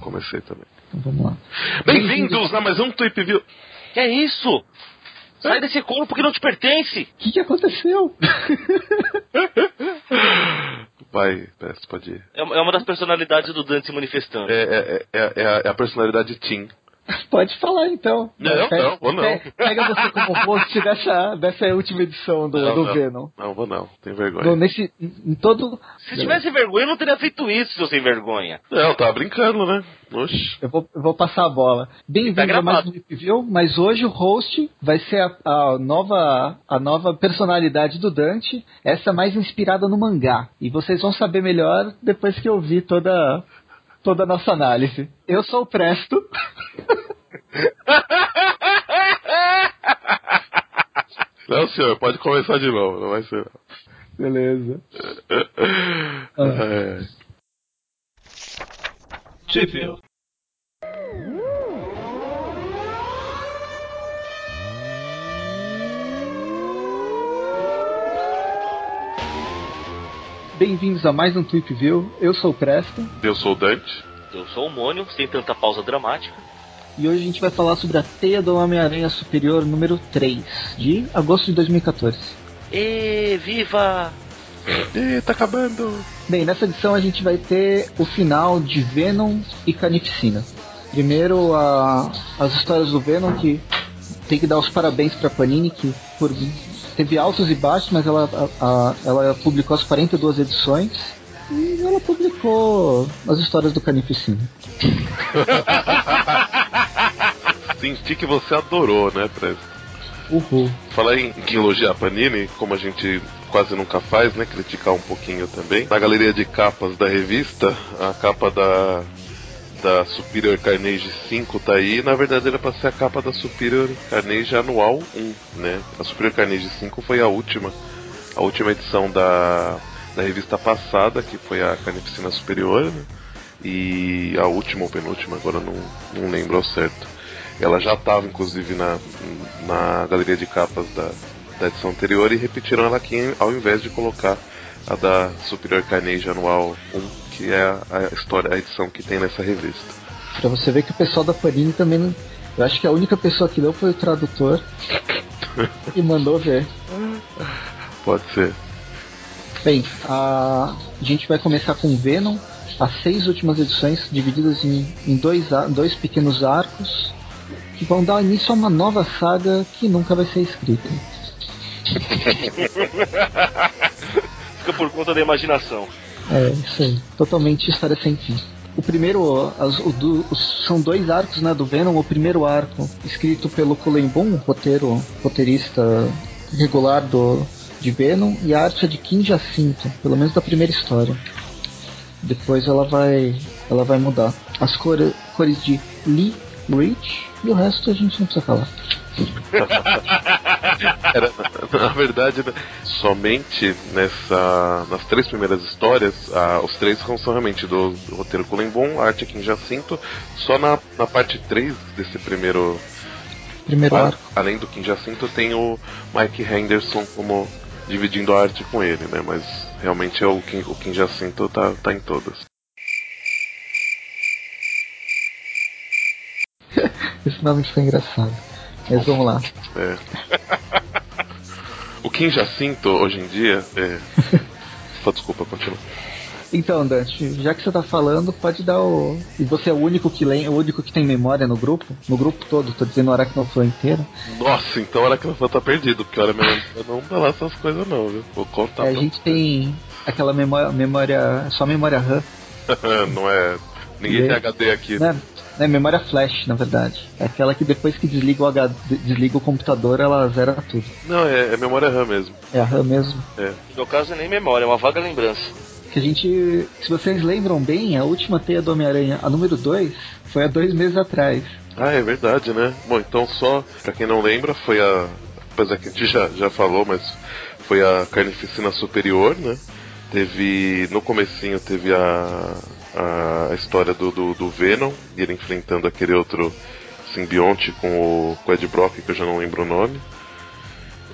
comecei também. Então vamos lá. Bem-vindos a mais um Tweep View. É? Que é isso? Sai desse corpo que não te pertence! O que, que aconteceu? Vai, Pest, pode ir. É uma é uma das personalidades do Dante se manifestando. É, é, é, é a, é a personalidade Tim. Pode falar então. Não, Pega- não, vou não. pe- Pega você como um host dessa, dessa é última edição do, do não, Venom. Não, vou não, tenho vergonha. No, nesse, em todo. Se tivesse vergonha, eu não teria feito isso, seu sem vergonha. Não, tava brincando, né? Oxi. Eu vou, eu vou passar a bola. tá Bem-vindo a mais gravado. um Deep View, mas hoje o host vai ser a, a nova, a nova personalidade do Dante, essa é mais inspirada no mangá. E vocês vão saber melhor depois que eu vi toda, toda a nossa análise. Eu sou o Presto. Não, senhor, pode começar de novo, não vai ser. não. Beleza. É. Bem-vindos a mais um Tweep View. Eu sou o Presto. Eu sou o Dante. Eu sou o Mônio, sem tanta pausa dramática. E hoje a gente vai falar sobre a Teia do Homem-Aranha Superior número 3, de agosto de 2014. E viva! Ih, tá acabando. Bem, nessa edição a gente vai ter o final de Venom e Carnificina. Primeiro, a- as histórias do Venom, que tem que dar os parabéns pra Panini, que por- teve altos e baixos, mas ela, a- a- ela publicou as 42 edições. E ela publicou as histórias do Carnificina. Senti que você adorou, né, Presta? Uhul. Falar em, em elogiar a Panini, como a gente quase nunca faz, né? Criticar um pouquinho também. Na galeria de capas da revista, a capa da, da Superior Carnage 5 tá aí. Na verdade, era pra ser a capa da Superior Carnage Anual 1, né? A Superior Carnage 5 foi a última, a última edição da, da revista passada, que foi a Carnificina Superior, né? E a última ou penúltima, agora eu não, não lembro ao certo. Ela já estava, inclusive, na, na galeria de capas da, da edição anterior e repetiram ela aqui ao invés de colocar a da Superior Carnage Anual 1, que é a, a história, a edição que tem nessa revista. Pra você ver que o pessoal da Panini também. não- Eu acho que a única pessoa que leu foi o tradutor e mandou ver. Pode ser. Bem, a, a gente vai começar com Venom, as seis últimas edições divididas em, em dois, a- dois pequenos arcos que vão dar início a uma nova saga que nunca vai ser escrita. Fica por conta da imaginação. É, isso aí. Totalmente história sem fim. O primeiro, ó, as- o do- os- são dois arcos né, do Venom. O primeiro arco, escrito pelo Cullen Boom, roteiro, roteirista regular do, de Venom, e a arte é de Kim Jacinto, pelo menos da primeira história. Depois ela vai, ela vai mudar. As cores, cores de Lee Rich e o resto a gente não precisa falar. Era, na verdade, né, somente nessa, nas três primeiras histórias, ah, os três são são realmente do, do roteiro Culembon, arte aqui em Jacinto, só na, na parte 3 desse primeiro Primeiro Ah, arco. Além do Kim Jacinto, tem o Mike Henderson como dividindo a arte com ele, né? Mas realmente é o Kim, o Kim Jacinto tá, tá em todas. Esse nome foi engraçado. Mas vamos lá. É. o Kim Jacinto, hoje em dia, é. Só desculpa, continua. Então, Dante, já que você tá falando, pode dar o. E você é o único que lem... o único que tem memória no grupo? No grupo todo, tô dizendo o Aracnofã inteiro. Nossa, então a hora que ela tá perdido, porque a hora minha eu não dá lá essas coisas não, viu? Vou contar É, a pra gente tem aquela memória. memória só memória RAM, Não é. Ninguém tem É. HD aqui. né? né? Memória flash, na verdade. É aquela que depois que desliga o, H... desliga o computador, ela zera tudo. Não, é, é memória RAM mesmo. É a RAM mesmo. No meu caso, é nem memória, é uma vaga lembrança. Que a gente. Se vocês lembram bem, a última teia do Homem-Aranha, a número 2, foi há dois meses atrás. Ah, é verdade, né? Bom, então só, pra quem não lembra, foi a. Apesar que a gente já, já falou, mas foi a Carnificina Superior, né? Teve. No comecinho teve a. a história do, do, do Venom, e ele enfrentando aquele outro simbionte com o, com o Ed Brock, que eu já não lembro o nome.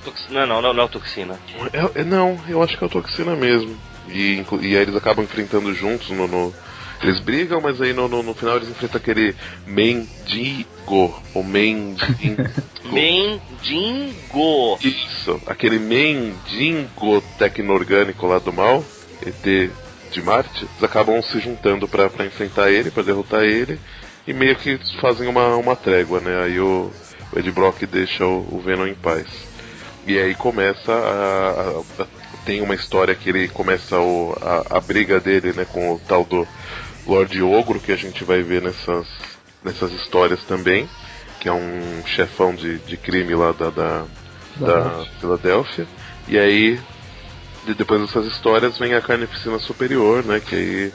Toxi- Não, não, não, não é o toxina. É- é- não, eu acho que é o Toxina mesmo. E, inclu- e aí eles acabam enfrentando juntos no. no- que eles brigam, mas aí no, no, no final eles enfrentam aquele mendigo. O mendigo. Mendingo. Isso, aquele mendigo tecno-orgânico lá do mal, ET de Marte, eles acabam se juntando pra pra enfrentar ele, pra derrotar ele, e meio que fazem uma, uma trégua, né? Aí o, o Ed Brock deixa o, o Venom em paz. E aí começa a. a- a- tem uma história que ele começa o- a, a briga dele, né, com o tal do Lord Ogro, que a gente vai ver nessas, nessas histórias também, que é um chefão de, de crime lá da, da, da Filadélfia. E aí, de- depois dessas histórias, vem a Carnificina Superior, né? Que aí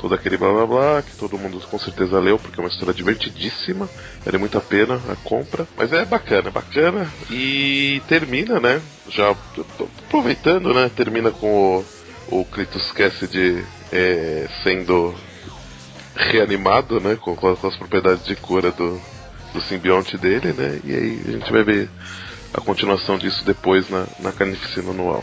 todo aquele blá blá blá, que todo mundo com certeza leu, porque é uma história divertidíssima, vale muito a pena a compra. Mas é bacana, é bacana. E termina, né? Já t- t- aproveitando, né? Termina com o, o Clitus Cassidy é, sendo reanimado, né? Com, com as- com as propriedades de cura do, do simbionte dele, né? E aí a gente vai ver a continuação disso depois na, na carnificina anual.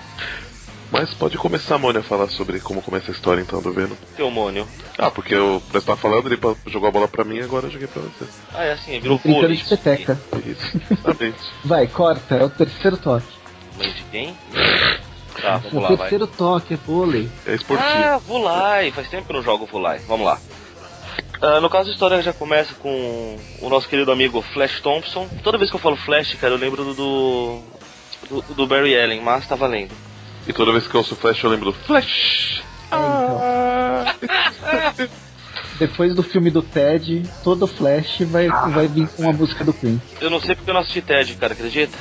Mas pode começar, Mônia, a falar sobre como começa a história então do Venom. Teu mônio. Ah, porque eu pra estar falando, ele pa- jogou a bola pra mim agora eu joguei pra você. É Ah, é assim, virou Brincando vôlei. tá de peteca. Isso, exatamente. Vai, corta, é o terceiro toque. Mãe de quem? Tá, é vamos o lá, vai. terceiro toque, é vôlei. É esportivo. Ah, Vulai. Faz tempo que eu não jogo Vulai. Vamos lá. Ah, no caso, a história já começa com o nosso querido amigo Flash Thompson. Toda vez que eu falo Flash, cara, eu lembro do. do, do- do Barry Allen, mas tá valendo. E toda vez que eu ouço Flash, eu lembro do Flash! Ah, Depois do filme do Ted, todo Flash vai, vai vir com uma música do Queen. Eu não sei porque eu não assisti TED, cara, acredita?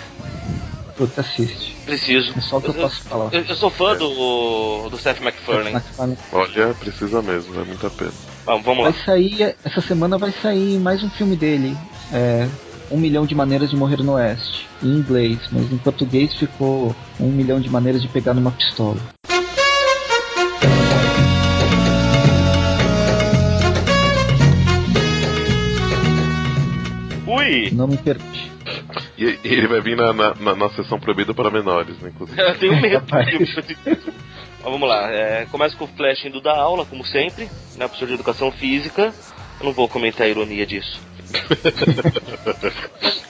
Puta, assiste. Preciso. É só o que eu posso falar. Eu, eu sou fã do, do Seth MacFarlane. então. Olha, precisa mesmo, vale muito a pena. Vamos, vamos Vai lá. sair, essa semana vai sair mais um filme dele. É, um milhão de maneiras de morrer no Oeste. Em inglês, mas em português ficou um milhão de maneiras de pegar numa pistola. Ui! Não me pergunte. E, e ele vai vir na, na, na- na sessão proibida para menores, né, inclusive. Eu tenho medo. Rapaz. Mas vamos lá. É, começa com o Flash indo dar aula, como sempre, né? Professor de educação física. Eu não vou comentar a ironia disso.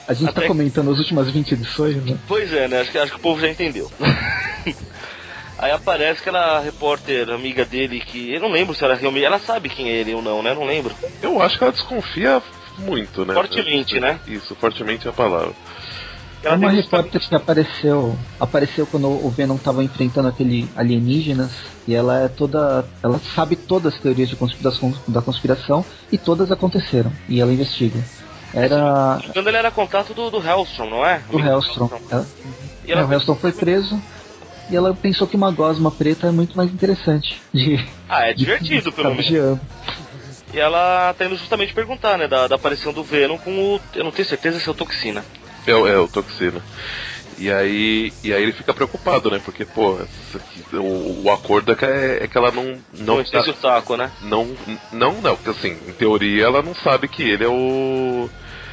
A gente tá Até- comentando as últimas 20 edições, né? Pois é, né? Acho que, acho que o povo já entendeu. Aí aparece aquela repórter amiga dele que. Eu não lembro se ela realmente. Ela sabe quem é ele ou não, né? Não lembro. Eu acho que ela desconfia muito, né? Fortemente, né? Isso, fortemente é a palavra. Ela É uma tem- repórter que apareceu apareceu quando o Venom tava enfrentando aquele alienígenas e ela é toda ela sabe todas as teorias de conspiração da conspiração e todas aconteceram e ela investiga era um Quando ele era contato do, do Hellstrom, não é? do Amigo Hellstrom Ela- E ela- é, o Hellstrom foi preso e ela pensou que uma gosma preta é muito mais interessante de Ah, é divertido, pelo menos. de- E ela tá indo justamente perguntar, né, da, da aparição do Venom com o. Eu não tenho certeza se é o Toxina. É, o- é o Toxina. E aí, e aí ele fica preocupado, né? Porque, pô, isso aqui- o, o acordo é que, é, é que ela não. Não, Não tá. sei se o Taco, né? não, não, não, porque assim, em teoria ela não sabe que ele é o.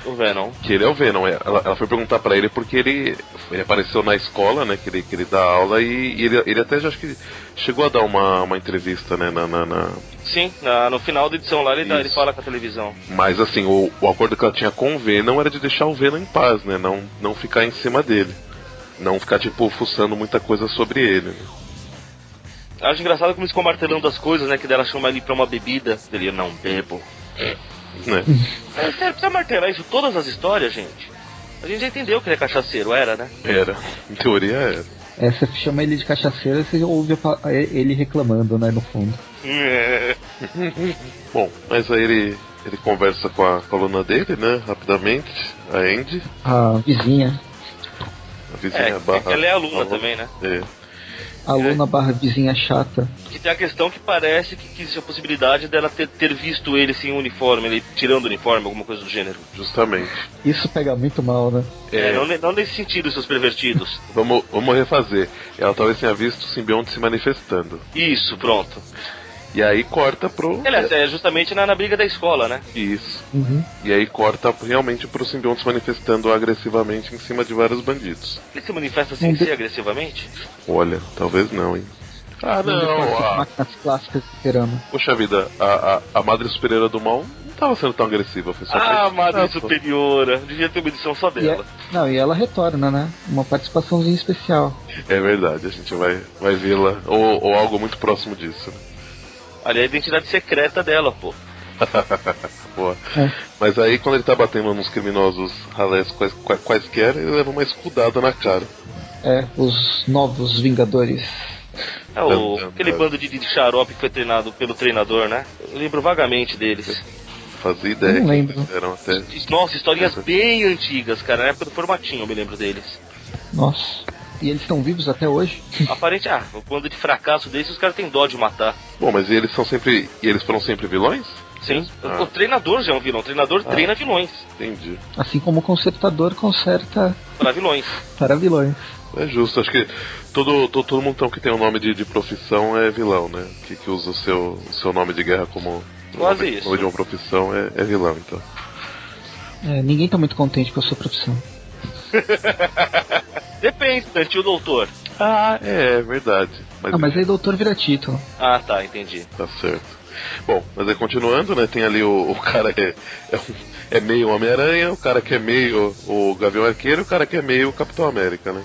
O Venom. Que ele é o Venom. Ela, ela foi perguntar pra ele porque ele, ele apareceu na escola, né? Que ele, que ele dá aula e, e ele, ele até já acho que chegou a dar uma, uma entrevista, né? Na, na, na- Sim, na- no final da edição lá ele, dá- Isso. ele fala com a televisão. Mas assim, o, o acordo que ela tinha com o Venom era de deixar o Venom em paz, né? Não, não ficar em cima dele. Não ficar, tipo, fuçando muita coisa sobre ele. né? Acho engraçado como eles ficam martelando as coisas, né? Que dela chama ele pra uma bebida. Ele, eu não bebo. Né? É sério, precisa martelar isso todas as histórias, gente? A gente já entendeu que ele é cachaceiro, era, né? Era. Em teoria era. é, você chama ele de cachaceiro e você ouve a pa- é, ele reclamando né no fundo É. Bom, mas aí ele, ele conversa com a coluna dele, né? Rapidamente. A Andy. a vizinha A vizinha É, barra. ela é aluna barra- também, né? É. aluna barra vizinha chata Que tem a questão que parece que, que existe a possibilidade dela ter, ter visto ele sem uniforme, ele tirando o uniforme, alguma coisa do gênero. Justamente. isso pega muito mal né É, É, não, ne- não nesse sentido, seus pervertidos. vamos, vamos refazer. Ela talvez tenha visto o simbionte se manifestando. Isso, pronto. E aí corta pro. Aliás, é justamente na, na briga da escola, né? Isso. Uhum. E aí corta realmente pro simbionte se manifestando agressivamente em cima de vários bandidos. Ele se manifesta sem Não de- ser agressivamente? Olha, talvez não, hein? Ah, não. As A, máquinas clássicas de Terama. poxa vida, a, a, a Madre Superiora do Mal não tava sendo tão agressiva. Foi só Ah, pra- Madre Ah, pô. Superiora. Devia ter uma edição só E é- dela. não, e ela retorna, né? Uma participaçãozinha especial. É verdade, a gente vai, vai vê-la. Ou, ou algo muito próximo disso. né? Ali é a identidade secreta dela, pô. Boa. É. Mas aí, quando ele tá batendo nos criminosos ralés quais, qua- quaisquer, ele leva uma escudada na cara. É, os novos Vingadores. É o, Dun, dun, aquele dun. bando de, de xarope que foi treinado pelo treinador, né? Eu lembro vagamente deles. Fazia ideia Não que lembro. eles eram até. Nossa, historinhas Uhum. bem antigas, cara. Na época do formatinho eu me lembro deles. Nossa. E eles estão vivos até hoje? Aparente, ah, o bando de fracasso desses, os caras têm dó de matar. Bom, mas e eles são sempre. E eles foram sempre vilões? Sim. Ah. O treinador já é um vilão. O treinador Ah. treina vilões. Entendi. Assim como o consertador conserta Pra vilões. para vilões. É justo, acho que todo, todo, todo mundo então, que tem o nome de, de profissão é vilão, né? Que, que usa o seu, o seu nome de guerra como. Quase nome, isso. nome de uma profissão é, é vilão, então. É, ninguém tá muito contente com a sua profissão. Depende, né, tio doutor. Ah, é, é verdade. Mas, Ah, mas aí doutor vira título. Ah, tá, entendi. Tá certo. Bom, mas aí continuando, né? Tem ali o, o cara que é, é, um- é meio Homem-Aranha, o cara que é meio o Gavião Arqueiro, o cara que é meio Capitão América, né?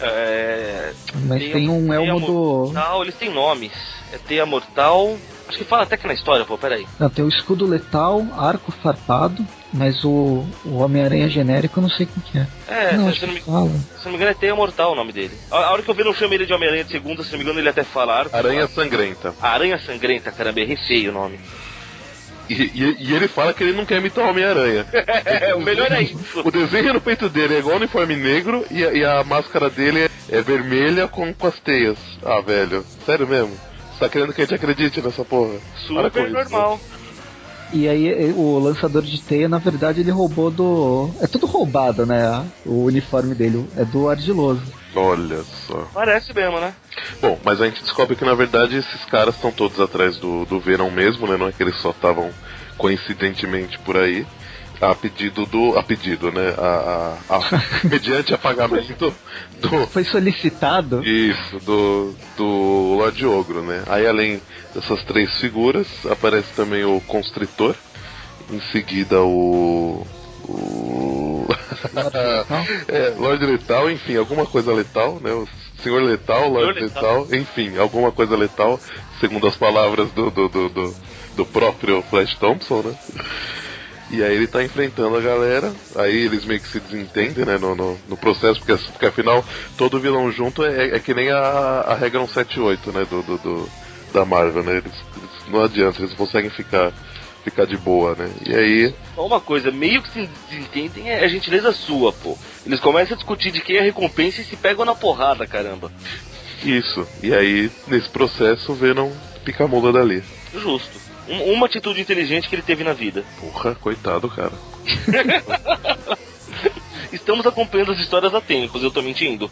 É... Mas tem, um Teia elmo do. Mortal, eles têm nomes. É Teia Mortal. Acho que fala até que na história, pô, peraí. Não, tem o escudo letal, arco farpado, mas o, o Homem-Aranha genérico eu não sei quem que é. É, não, se, acho se não que me, fala. se não me engano é Teia Mortal o nome dele. A, a hora que eu vi, eu chamo ele de Homem-Aranha de segunda, se não me engano ele até fala. Ar- Aranha Sangrenta. A Aranha Sangrenta, caramba, errei feio o nome. E, e- e ele fala que ele não quer imitar o Homem-Aranha. É, o melhor é isso. O desenho no peito dele é igual ao uniforme negro e a, e a máscara dele é, é vermelha com, com as teias. Ah, velho, sério mesmo? Você tá querendo que a gente acredite nessa porra? Para com Super isso. é normal. E aí e- o lançador de teia, na verdade, ele roubou do. É tudo roubado, né? O uniforme dele. É do ardiloso. Olha só. Parece mesmo, né? Bom, mas a gente descobre que na verdade esses caras estão todos atrás do, do Verão mesmo, né? Não é que eles só estavam coincidentemente por aí. A pedido do. A pedido, né? A, a, a- mediante a pagamento do. Foi solicitado. Isso, do, do Lorde Ogro, né? Aí além dessas três figuras, aparece também o Constritor, em seguida o. o... Lorde Letal. é, Lorde Letal, enfim, alguma coisa letal, né? O Senhor Letal, Lorde Letal. letal. enfim, alguma coisa letal, segundo as palavras do, do, do, do, do próprio Flash Thompson, né? E aí ele tá enfrentando a galera, aí eles meio que se desentendem, né, no, no, no processo, porque, porque afinal todo vilão junto é, é que nem a, a regra 178, né, do, do, do- da Marvel, né? Eles, eles- não adianta, eles não conseguem ficar, ficar de boa, né? E aí. Só uma coisa, meio que se desentendem é a gentileza sua, pô. Eles começam a discutir de quem é a recompensa e se pegam na porrada, caramba. Isso. E aí, nesse processo, o Venom pica a mula dali. Justo. Um- uma atitude inteligente que ele teve na vida. Porra, coitado, cara. Estamos acompanhando as histórias há tempos, eu tô mentindo.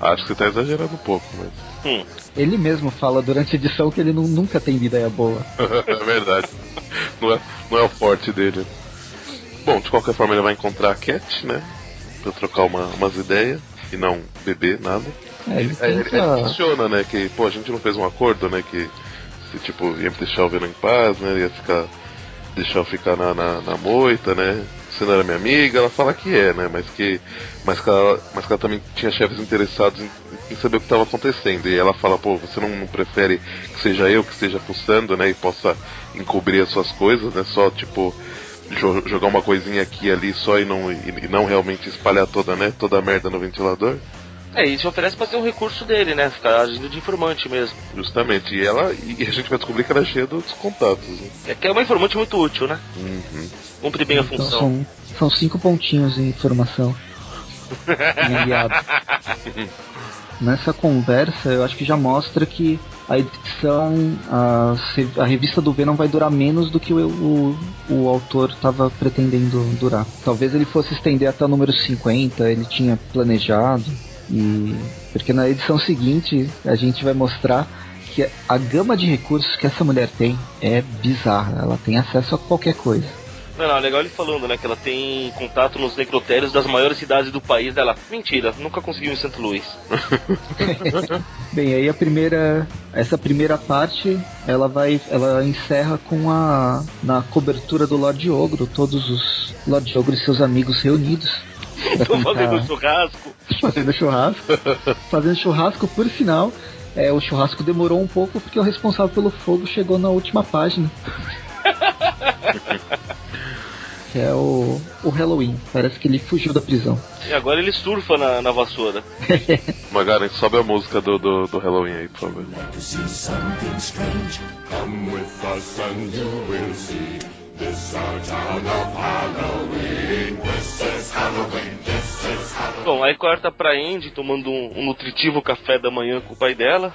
Acho que você tá exagerando um pouco, mas. Hum. Ele mesmo fala durante a edição que ele nu- nunca tem ideia boa. é verdade. Não é, não é o forte dele. Bom, de qualquer forma ele vai encontrar a Cat, né? Pra trocar uma- umas ideias e não beber nada. É, ele É, ele- tenta. ele funciona, né? Que, pô, a gente não fez um acordo, né? Que se tipo, ia deixar o Venom em paz, né? Ia ficar. Deixar eu ficar na, na, na moita, né? Você não era minha amiga, ela fala que é, né? Mas que. Mas que ela, mas que ela também tinha chefes interessados em, em saber o que estava acontecendo. E ela fala, pô, você não, não prefere que seja eu que esteja fuçando, né? E possa encobrir as suas coisas, né? Só tipo. jo- Jogar uma coisinha aqui e ali só e não, e e não realmente espalhar toda, né, toda a merda no ventilador. É, isso oferece pra ser um recurso dele, né? Ficar agindo de informante mesmo. Justamente, e ela e a gente vai descobrir que ela é cheia dos contatos. Né? É que é uma informante muito útil, né? Uhum. Cumpre bem a então função. são, são cinco pontinhos em informação. Enviado. Nessa conversa, eu acho que já mostra que a edição, a, se- a revista do Venom vai durar menos do que o, o, o autor estava pretendendo durar. Talvez ele fosse estender até o número 50, ele tinha planejado. E porque na edição seguinte a gente vai mostrar que a gama de recursos que essa mulher tem é bizarra. Ela tem acesso a qualquer coisa. Não, não, legal ele falando, né? Que ela tem contato nos necrotérios das maiores cidades do país dela. Mentira, nunca conseguiu em Santo Luís. Bem, aí a primeira. Essa primeira parte ela vai. Ela encerra com a. Na cobertura do Lorde Ogro, todos os Lorde Ogro e seus amigos reunidos. pra Tô fazendo um tentar- churrasco. fazendo churrasco. Fazendo churrasco, por sinal. É, o churrasco demorou um pouco porque o responsável pelo fogo chegou na última página. que é o, o Halloween. Parece que ele fugiu da prisão. E agora ele surfa na, na vassoura. Magaren, sobe a música do, do, do Halloween aí, por favor. to see something strange. Come with us and you will see. This our town of Halloween. This is Halloween. This is Halloween. Bom, aí corta pra Andy tomando um, um nutritivo café da manhã com o pai dela.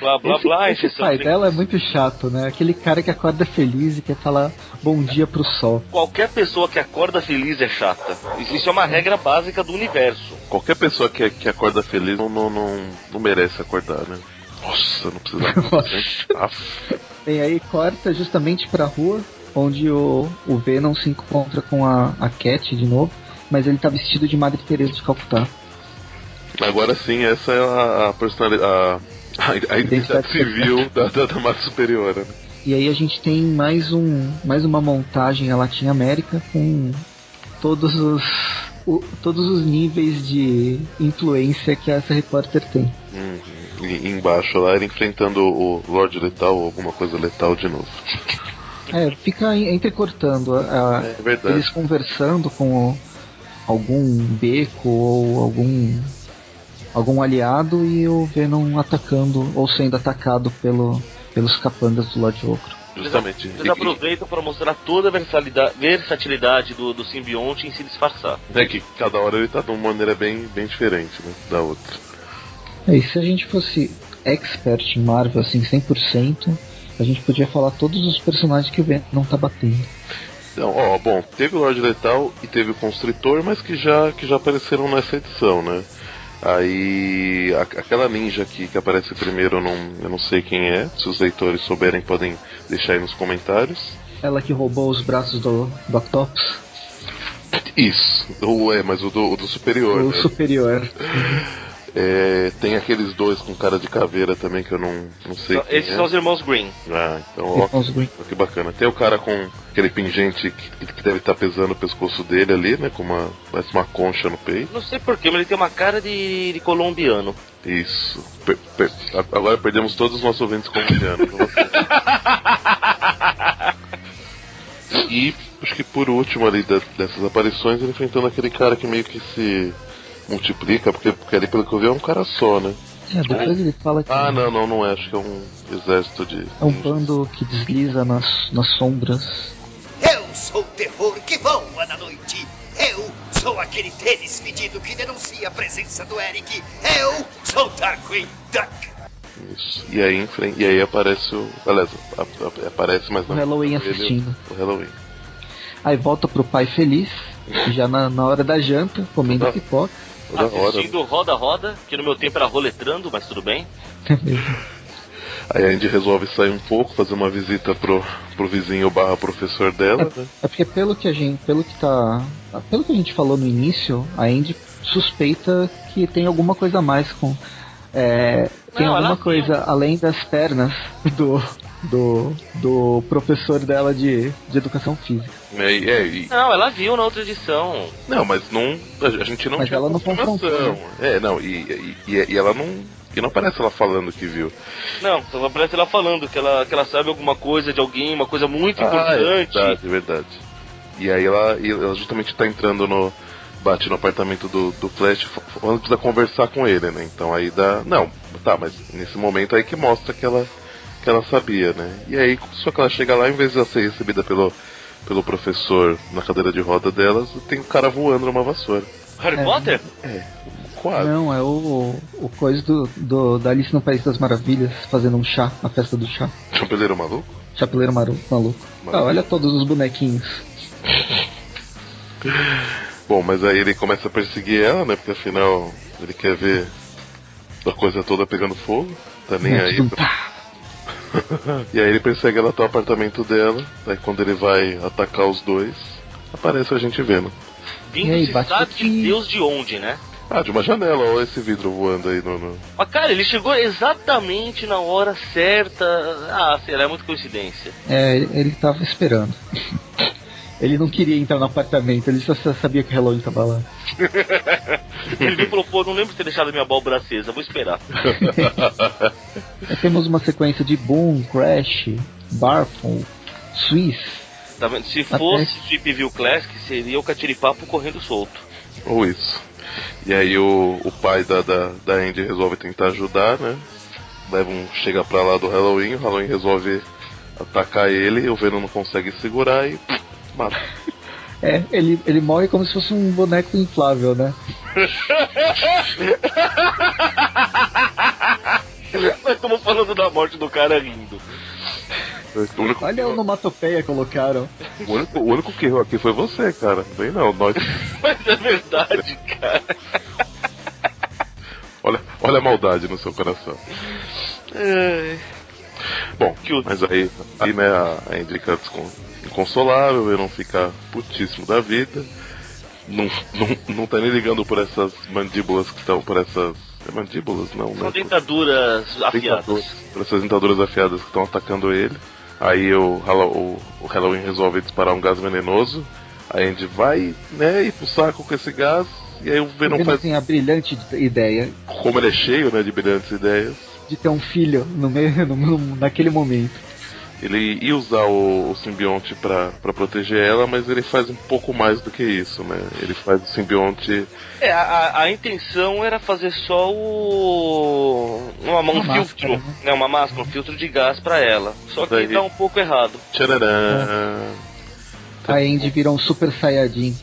Blá blá esse, blá, esse injeção pai de- dela é muito chato, né? Aquele cara que acorda feliz e quer falar bom dia pro sol. Qualquer pessoa que acorda feliz é chata. Existe uma regra básica do universo. Qualquer pessoa que, que acorda feliz não, não, não, não merece acordar, né? Nossa, não precisava disso, hein? Aff. Bem, aí corta justamente pra rua, onde o, o Venom se encontra com a, a Cat de novo. Mas ele tá vestido de Madre Teresa de Calcutá. Agora sim, essa é a, a personalidade. A... A, a identidade civil da, da, da Mata Superiora. né? E aí a gente tem mais um, mais uma montagem a Latin América com todos os o- todos os níveis de influência que essa repórter tem. Hum, e, e embaixo lá, ele enfrentando o Lorde Letal ou alguma coisa letal de novo. É, fica en- entrecortando a- a- É verdade. eles conversando com o- algum beco ou algum algum aliado e o Venom atacando ou sendo atacado pelo pelos capangas do Lorde Ocro. Justamente. Eles aproveitam para mostrar toda a versalida- versatilidade do, do simbionte em se disfarçar. É que cada hora ele tá de uma maneira bem, bem diferente, né? Da outra. É, e se a gente fosse expert em Marvel, assim, 100%, a gente podia falar todos os personagens que o Venom tá batendo. Então, ó, bom, teve o Lorde Letal e teve o Constritor, mas que já, que já apareceram nessa edição, né? Aí, a- aquela ninja aqui que aparece primeiro, eu não, eu não sei quem é. Se os leitores souberem, podem deixar aí nos comentários. Ela que roubou os braços do, do Octopus, Isso, ou é, mas o do, o do superior, o né? superior. É, tem aqueles dois com cara de caveira também que eu não, não sei Então, quem esses é. são os irmãos Green. Ah, então, ó, Irmãos Green. Olha Que bacana. Tem o cara com aquele pingente que, que deve estar pesando o pescoço dele ali, né? Com uma. Parece uma concha no peito. Não sei porquê, mas ele tem uma cara de, de colombiano. Isso. Per- per- a- agora perdemos todos os nossos ouvintes colombianos. pra você. e acho que por último ali da- dessas aparições, ele enfrentando aquele cara que meio que se multiplica, porque, porque ali pelo que eu vi é um cara só, né? É, depois ele fala que Ah, não, não, não é. Acho que é um exército de. é um bando que desliza nas, nas sombras. Eu sou o terror que voa na noite. Eu sou aquele tênis fedido que denuncia a presença do Eric. Eu sou Darkwing Duck. Isso. E aí, enfren- e aí aparece o. Aliás, a- a- aparece, mas O não. é Halloween ele- assistindo. O Halloween. Aí volta pro pai feliz, já na, na hora da janta, comendo Ah. pipoca. Toda hora. assistindo Roda Roda, que no meu tempo era roletrando, mas tudo bem. É Aí a Andy resolve sair um pouco, fazer uma visita pro, pro vizinho barra professor dela, né? É porque pelo que a gente, pelo que tá, pelo que a gente falou no início, a Andy suspeita que tem alguma coisa a mais com, é, tem Não, ela alguma viu. coisa além das pernas do do, do professor dela de, de educação física. É, e- é, e- Não, ela viu na outra edição. não, mas não. A, a gente não Mas tinha ela não confirmação. confrontou, né? É, não, e, e, e- e ela não. E não aparece ela falando que viu. Não, só aparece ela falando que ela, que ela sabe alguma coisa de alguém, uma coisa muito é importante. verdade, é verdade. E aí ela, e ela justamente tá entrando no. Bate no apartamento do, do Flash f- f- falando que precisa conversar com ele, né? Então aí dá. Não, tá, mas nesse momento aí que mostra que ela, que ela sabia, né? E aí, só que ela chega lá, em vez de ela ser recebida pelo, pelo professor na cadeira de roda delas, tem um cara voando numa vassoura. Harry É. Potter? Quase. Não, é o, o coisa do, do da Alice no País das Maravilhas fazendo um chá, a festa do chá. Chapeleiro maluco? Chapeleiro maru- maluco. Ah, É. olha todos os bonequinhos. Bom, mas aí ele começa a perseguir ela, né? Porque afinal ele quer ver a coisa toda pegando fogo. Tá nem Né, aí tudo pra- pá. e aí ele persegue ela até o apartamento dela. Daí quando ele vai atacar os dois, aparece a gente vendo. E aí, Vindo se bate sabe aqui. Deus de onde, né? Ah, de uma janela, ó, esse vidro voando aí no. no- Mas, cara, ele chegou exatamente na hora certa. Ah, será? É muita coincidência. É, ele tava esperando. Ele não queria entrar no apartamento, ele só só sabia que o relógio tava lá. Ele me propôs, não lembro de ter deixado minha abóbora acesa, vou esperar. Aí temos uma sequência de Boom, Crash, Barful, Swiss. Tá vendo? Se Até- fosse Deep View Classic, seria o catiripapo correndo solto. Ou isso. E aí o, o pai da, da, da Andy resolve tentar ajudar, né? Leva um. chega pra lá do Halloween, o Halloween resolve atacar ele, e o Venom não consegue segurar e. mata. É, ele, ele morre como se fosse um boneco inflável, né? Nós estamos falando da morte do cara rindo. O único, Olha a onomatopeia que colocaram. o único, o único que errou aqui foi você, cara. Bem não, nós. Mas é verdade, cara. Olha, olha a maldade no seu coração. Ai. É. Bom, Que o- mas aí, aí né, a Andy fica descon- inconsolável, eu não fica putíssimo da vida. Não, não, não tá nem ligando por essas mandíbulas que estão, por essas. É mandíbulas? Não, né? São dentaduras afiadas. Dentaduras, por essas dentaduras afiadas que estão atacando ele. Aí o, Hall- o, o Halloween resolve disparar um gás venenoso. A Andy vai, né, ir pro saco com esse gás. E aí o Venom Não faz. tem a brilhante ideia Como ele é cheio, né, de brilhantes ideias. de ter um filho no meio, no- no- naquele momento. ele ia usar o, o simbionte pra pra proteger ela, mas ele faz um pouco mais do que isso, né? Ele faz o simbionte. É, a, a- a intenção era fazer só o. Uma, um Uma máscara, filtro, né? né? Uma máscara, um filtro de gás pra ela. Só que Daí- dá um pouco errado. Tchararã! A Andy virou um super saiyajin.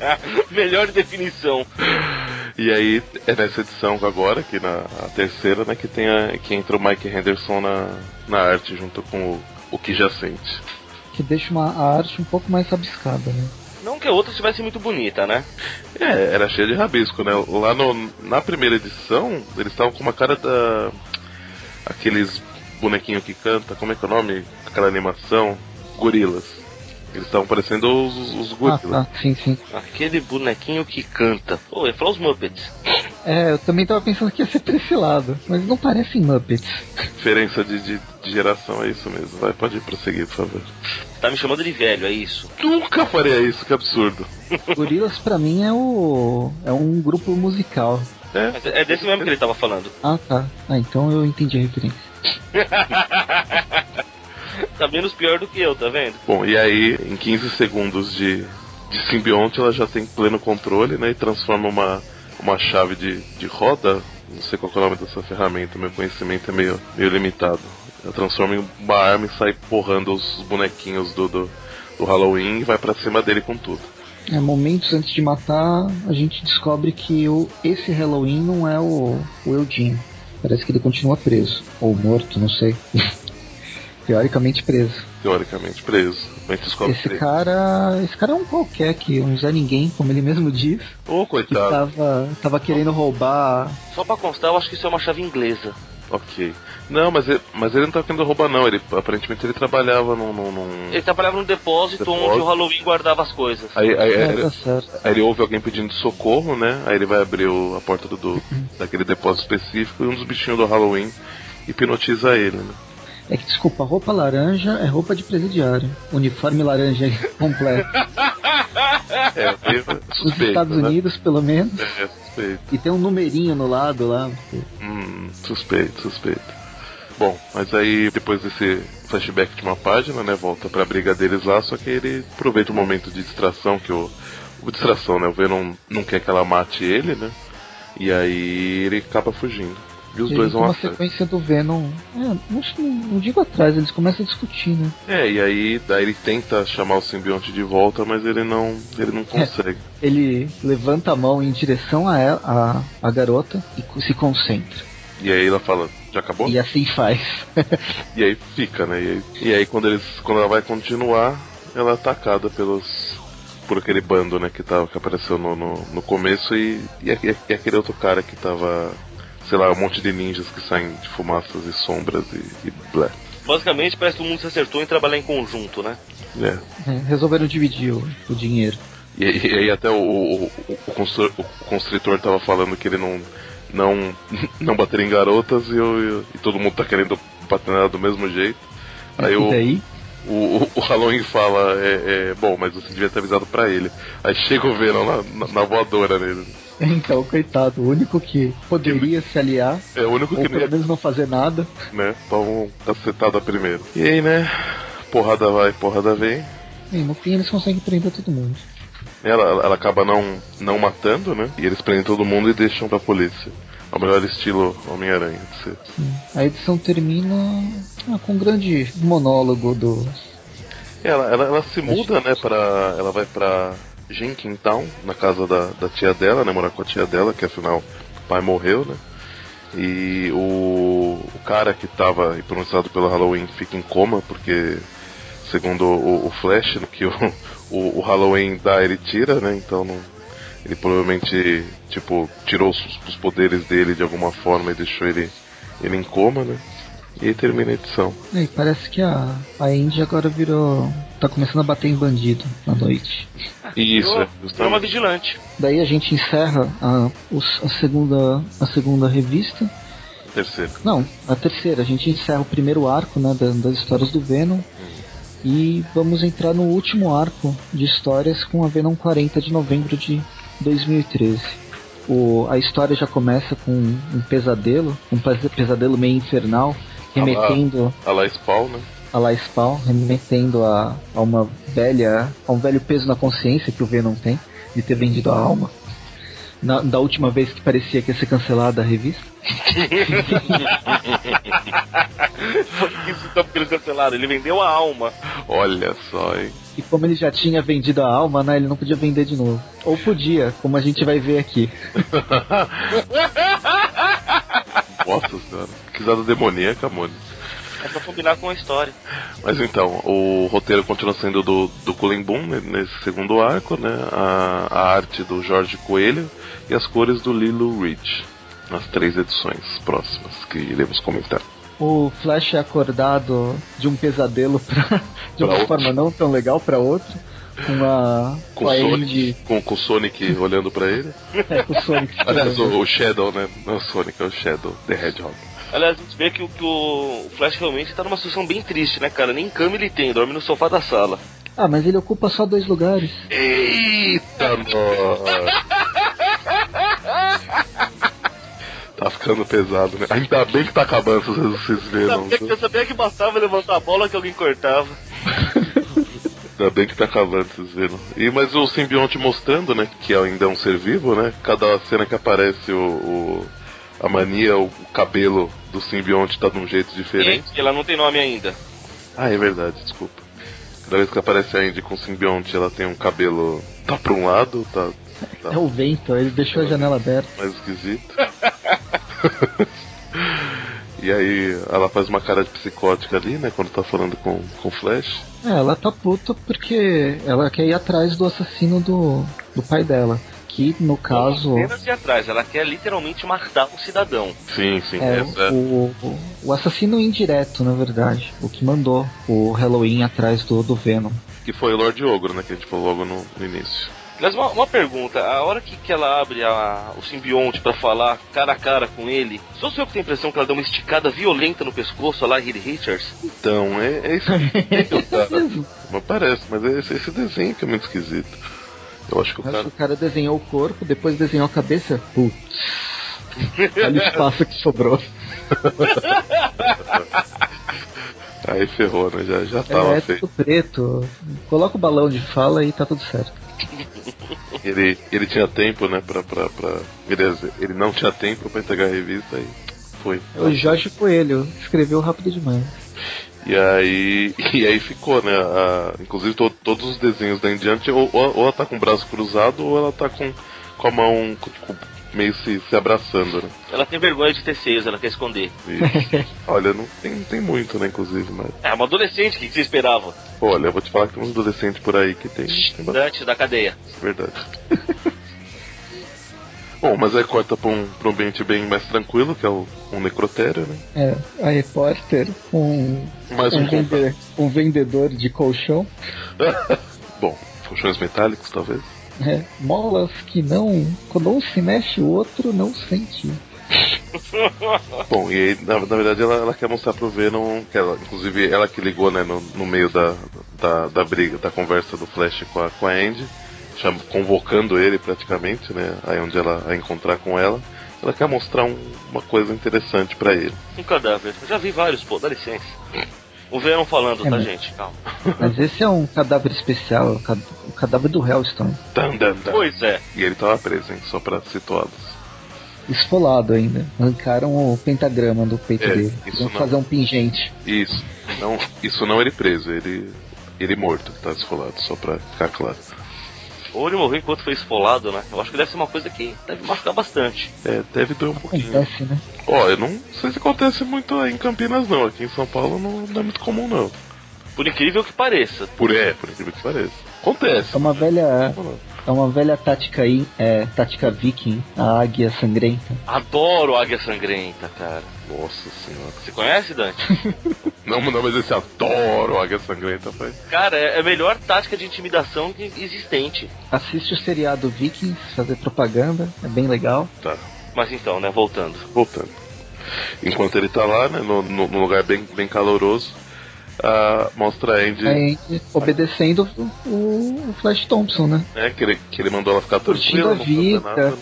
É, Melhor definição. E aí é nessa edição agora, que na a terceira, né, que tem a, que entra o Mike Henderson na, na arte junto com o, o que já sente. Que deixa uma, a arte um pouco mais rabiscada, né? Não que a outra estivesse muito bonita, né? É, era cheia de rabisco, né? Lá no, na primeira edição, eles estavam com uma cara da. Aqueles bonequinhos que canta, como é que é o nome? Aquela animação? Gorilas. Eles estavam parecendo os, os Ah, gorilas. tá, sim, sim. Aquele bonequinho que canta. Pô, ele falou os Muppets. É, eu também tava pensando que ia ser pra esse lado, mas não parecem Muppets. Diferença de, de, de geração é isso mesmo. Vai, pode prosseguir, por favor. Tá me chamando de velho, é isso? Nunca faria isso, que absurdo. Gorilas pra mim é o. é um grupo musical. É, Mas é é desse mesmo que ele tava falando. Ah tá. Ah, então eu entendi a referência. Tá menos pior do que eu, tá vendo? Bom, e aí, em 15 segundos de, de simbionte, ela já tem pleno controle, né? E transforma uma, uma chave de, de roda, não sei qual que é o nome dessa ferramenta, meu conhecimento é meio, meio limitado. Ela transforma em uma arma e sai porrando os bonequinhos do, do, do Halloween e vai pra cima dele com tudo. É, momentos antes de matar, a gente descobre que o, esse Halloween não é o, o Eugene. Parece que ele continua preso. Ou morto, não sei. Teoricamente preso. Teoricamente preso. A gente descobre que Esse ele- cara. Esse cara é um qualquer que um Zé Ninguém, como ele mesmo diz, Ô, que coitado. tava, tava querendo roubar. Só pra constar, eu acho que isso é uma chave inglesa. Ok. Não, mas ele, mas ele não tá querendo roubar, não. Ele, aparentemente ele trabalhava num. num, num... Ele trabalhava num depósito, Depósito. onde o Halloween guardava as coisas. Aí, aí, É, aí- tá certo. Aí ele ouve alguém pedindo socorro, né? Aí ele vai abrir o- a porta do, do- daquele depósito específico e um dos bichinhos do Halloween hipnotiza ele, né? É que desculpa, roupa laranja é roupa de presidiário. Uniforme laranja completo. É, aí Nos suspeita, Estados né? Unidos, pelo menos. É, suspeito. E tem um numerinho no lado lá. Hum, suspeito, suspeito. Bom, mas aí depois desse flashback de uma página, né? Volta pra briga deles lá, só que ele aproveita o momento de distração que o. O distração, né? O Venom não quer que ela mate ele, né? E aí ele acaba fugindo. E os E aí dois tem vão uma atrás. sequência do Venom. É, não, não digo atrás, eles começam a discutir, né? É, e aí daí ele tenta chamar o simbionte de volta, mas ele não, ele não consegue. Ele levanta a mão em direção a, ela, a, a garota e co- se concentra. E aí ela fala, já acabou? E assim faz. E aí fica, né? E aí, e aí quando eles, quando ela vai continuar, ela é atacada pelos por aquele bando, né, que tava que apareceu no, no, no começo e, e, aque- e aquele outro cara que tava sei lá, um monte de ninjas que saem de fumaças e sombras e, e blé. Basicamente, parece que todo mundo se acertou em trabalhar em conjunto, né? É. É, resolveram dividir o, o dinheiro. E, e- e aí até o, o, o- o constru- o constritor tava falando que ele não não não bater em garotas e, eu- e- e todo mundo tá querendo bater nela do mesmo jeito. Aí e o, daí? o, o- o Halloween fala, é, é, bom, mas você devia ter avisado pra ele. Aí chega o Venom na, na, na voadora nele. Então, coitado, o único que poderia se aliar, É o único ou que não ia pelo menos não fazer nada, né? Toma um cacetada primeiro. E aí, né? Porrada vai, porrada vem. e no fim eles conseguem prender todo mundo. Ela, ela acaba não, não matando, né? E eles prendem todo mundo e deixam pra polícia. Ao melhor estilo Homem-Aranha de ser. Sim. A edição termina ah, com um grande monólogo do. Ela, ela, ela se muda, né? Pra, ela vai pra Jenkintown, na casa da, da tia dela, né? Morar com a tia dela, que afinal o pai morreu, né? E o, o cara que tava hipnotizado pelo Halloween fica em coma, porque, segundo o, o Flash, né, que o, o, o Halloween dá, ele tira, né? Então não- ele provavelmente, tipo, tirou os, os poderes dele de alguma forma e deixou ele, ele em coma, né? E aí termina a edição. É, parece que a, a Indy agora virou. tá começando a bater em bandido à noite. E isso, é, É uma justamente. vigilante. Daí a gente encerra a, os- a segunda, a segunda revista. Terceiro. Não, a terceira. A gente encerra o primeiro arco né, da- das histórias do Venom. E vamos entrar no último arco de histórias com a Venom 40 de novembro de 2013. O, a história já começa com um pesadelo, um pes- pesadelo meio infernal, remetendo A La Spawn, né? a La Spawn, remetendo a, a uma velha. a um velho peso na consciência que o Venom tem de ter vendido a alma. Na- da última vez que parecia que ia ser cancelada a revista. Isso tá porque eles cancelaram. Ele vendeu a alma. Olha só, hein? E como ele já tinha vendido a alma, né, ele não podia vender de novo. Ou podia, como a gente vai ver aqui. Nossa senhora, que risada demoníaca, mano. É pra combinar com a história. Mas então, o roteiro continua sendo do, do Cullen Boom né, nesse segundo arco, né? A, a arte do Jorge Coelho e as cores do Lilo Reed. Nas três edições próximas que iremos comentar. O Flash é acordado de um pesadelo pra, de Pra uma outro. forma não tão legal pra outro. Com a, Com com a Sonic, Andy, com, com o Sonic olhando pra ele. é, com o Sonic. Aliás, o, o Shadow, né? Não é o Sonic, é o Shadow, The Hedgehog. Aliás, a gente vê que, o- que o Flash realmente tá numa situação bem triste, né, cara? Nem cama ele tem, dorme no sofá da sala. Ah, mas ele ocupa só dois lugares. Eita, nós! Tá ficando pesado, né? Ainda bem que tá acabando, se vocês, vocês viram. Sabia que, eu sabia que bastava levantar a bola que alguém cortava. Ainda bem que tá acabando, vocês viram. E, mas o simbionte mostrando, né, que ainda é um ser vivo, né? Cada cena que aparece o... o- a mania, o, o cabelo do simbionte tá de um jeito diferente. E ela não tem nome ainda. Ah, é verdade, desculpa. Cada vez que aparece a Andy com o simbionte, ela tem um cabelo... Tá pra um lado, tá... tá É o vento, ele deixou a janela aberta. mais esquisito. e aí ela faz uma cara de psicótica ali, né? Quando tá falando com com o Flash. É, ela tá puta porque ela quer ir atrás do assassino do, do pai dela. Que no caso. Apenas de atrás, ela quer literalmente matar o cidadão. Sim, sim. É, essa é- o, o- o assassino indireto, na verdade. O que mandou o Halloween atrás do, do Venom. que foi o Lord Ogro, né? Que a gente falou logo no, no início. Mas uma, uma pergunta, a hora que, que ela abre a- o simbionte pra falar cara a cara com ele, só sou eu que tenho a impressão que ela deu uma esticada violenta no pescoço, a lá Heath Richards? Então, é, é isso que cara. Mesmo. Mas parece, mas é esse, esse desenho que é muito esquisito. Eu acho que o Acho que cara. o cara desenhou o corpo, depois desenhou a cabeça. Putz. Olha o espaço que sobrou. Aí ferrou, né? Já, já tava É, feio. tudo preto. Coloca o balão de fala e tá tudo certo. Ele, ele tinha tempo, né? Pra, pra, pra. Beleza, ele não tinha tempo pra entregar a revista e foi. É O Jorge Coelho escreveu rápido demais. E aí, e aí ficou, né? a- inclusive to- todos os desenhos daí em diante, ou, ou- ou ela tá com o braço cruzado, ou ela tá com, com a mão co- co- meio se, se abraçando, né? Ela tem vergonha de ter seios, ela quer esconder. E- olha, não tem, não tem muito, né, inclusive, mas. É uma adolescente, o que que você esperava? pô, olha, eu vou te falar que tem uns adolescentes por aí que tem. tem bastante, Antes da cadeia. é verdade. é Bom, mas aí corta pra um, pra um ambiente bem mais tranquilo, que é o, um necrotério, né? É, a repórter, um, Mais um, um, contato. vende- um vendedor de colchão, Bom, colchões metálicos, talvez. é, molas que não. Quando um se mexe, o outro não sente. Bom, e aí, na, na verdade, ela, ela quer mostrar pro Venom, que ela, inclusive ela que ligou, né, no, no meio da, da, da briga, da conversa do Flash com a, com a Andy, cham- convocando ele praticamente, né, aí onde ela a encontrar com ela. Ela quer mostrar um- uma coisa interessante pra ele. Um cadáver. Eu já vi vários, pô, dá licença. O Venom falando, É tá, mesmo. gente? Calma. Mas esse é um cadáver especial, o cad- o cadáver do Hellstone. Dan, dan, dan. Pois é. E ele tava preso, hein, só pra situá-los. Esfolado ainda. Arrancaram o pentagrama do peito É, dele. isso Vão não. fazer um pingente. Isso, não, isso não ele preso, ele, ele morto, tá descolado, só pra ficar claro. Ou ele morreu enquanto foi esfolado, né? Eu acho que deve ser uma coisa que deve machucar bastante. É, deve doer um pouquinho. Acontece, né? Ó, eu não sei se acontece muito aí em Campinas não, aqui em São Paulo não, não é muito comum não. Por incrível que pareça. Por é, por incrível que pareça. Acontece. É uma velha. Falando. É uma velha tática aí, é, tática viking, a águia sangrenta. Adoro Águia Sangrenta, cara. Nossa senhora. Você conhece, Dante? Não, não, mas esse adoro Águia Sangrenta, foi. Cara, é é a melhor tática de intimidação que existente. Assiste o seriado Vikings, fazer propaganda, é bem legal. Tá, Mas então, né, voltando. voltando. Enquanto ele tá lá, né, no, no- num lugar bem, bem caloroso, ah, mostra a Andy, Aí, obedecendo o, o Flash Thompson, né? né, que ele, que ele mandou ela ficar Curtindo tranquila, a não fazer vida, nada.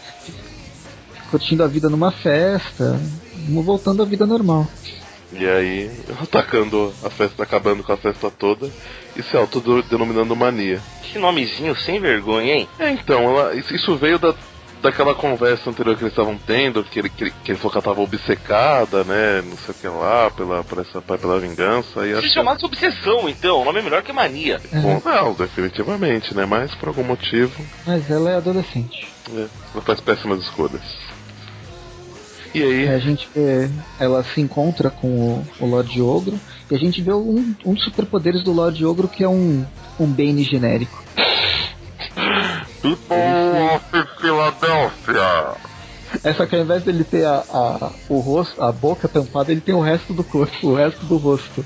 curtindo a vida numa festa, voltando à vida normal. né, E aí, atacando a festa, acabando com a festa toda e se autodenominando mania. Que nomezinho sem vergonha, hein? É, então, ela- isso isso veio da, daquela conversa anterior que eles estavam tendo, que ele, que, ele- que ele falou que ela tava obcecada, né, não sei o que lá, pela, por essa, pela vingança. E acho Se que- chamasse obsessão, então. O nome é melhor que mania. Bom, não, definitivamente, né, mas por algum motivo Mas ela é adolescente. é, ela faz péssimas escolhas. E aí, É, a gente vê, ela se encontra com o, o Lorde Ogro e a gente vê um, um dos superpoderes do Lorde Ogro que é um, um Bane genérico. Filadélfia! É só que ao invés dele ter a, a- o rosto, a boca tampada, ele tem o resto do corpo, o resto do rosto.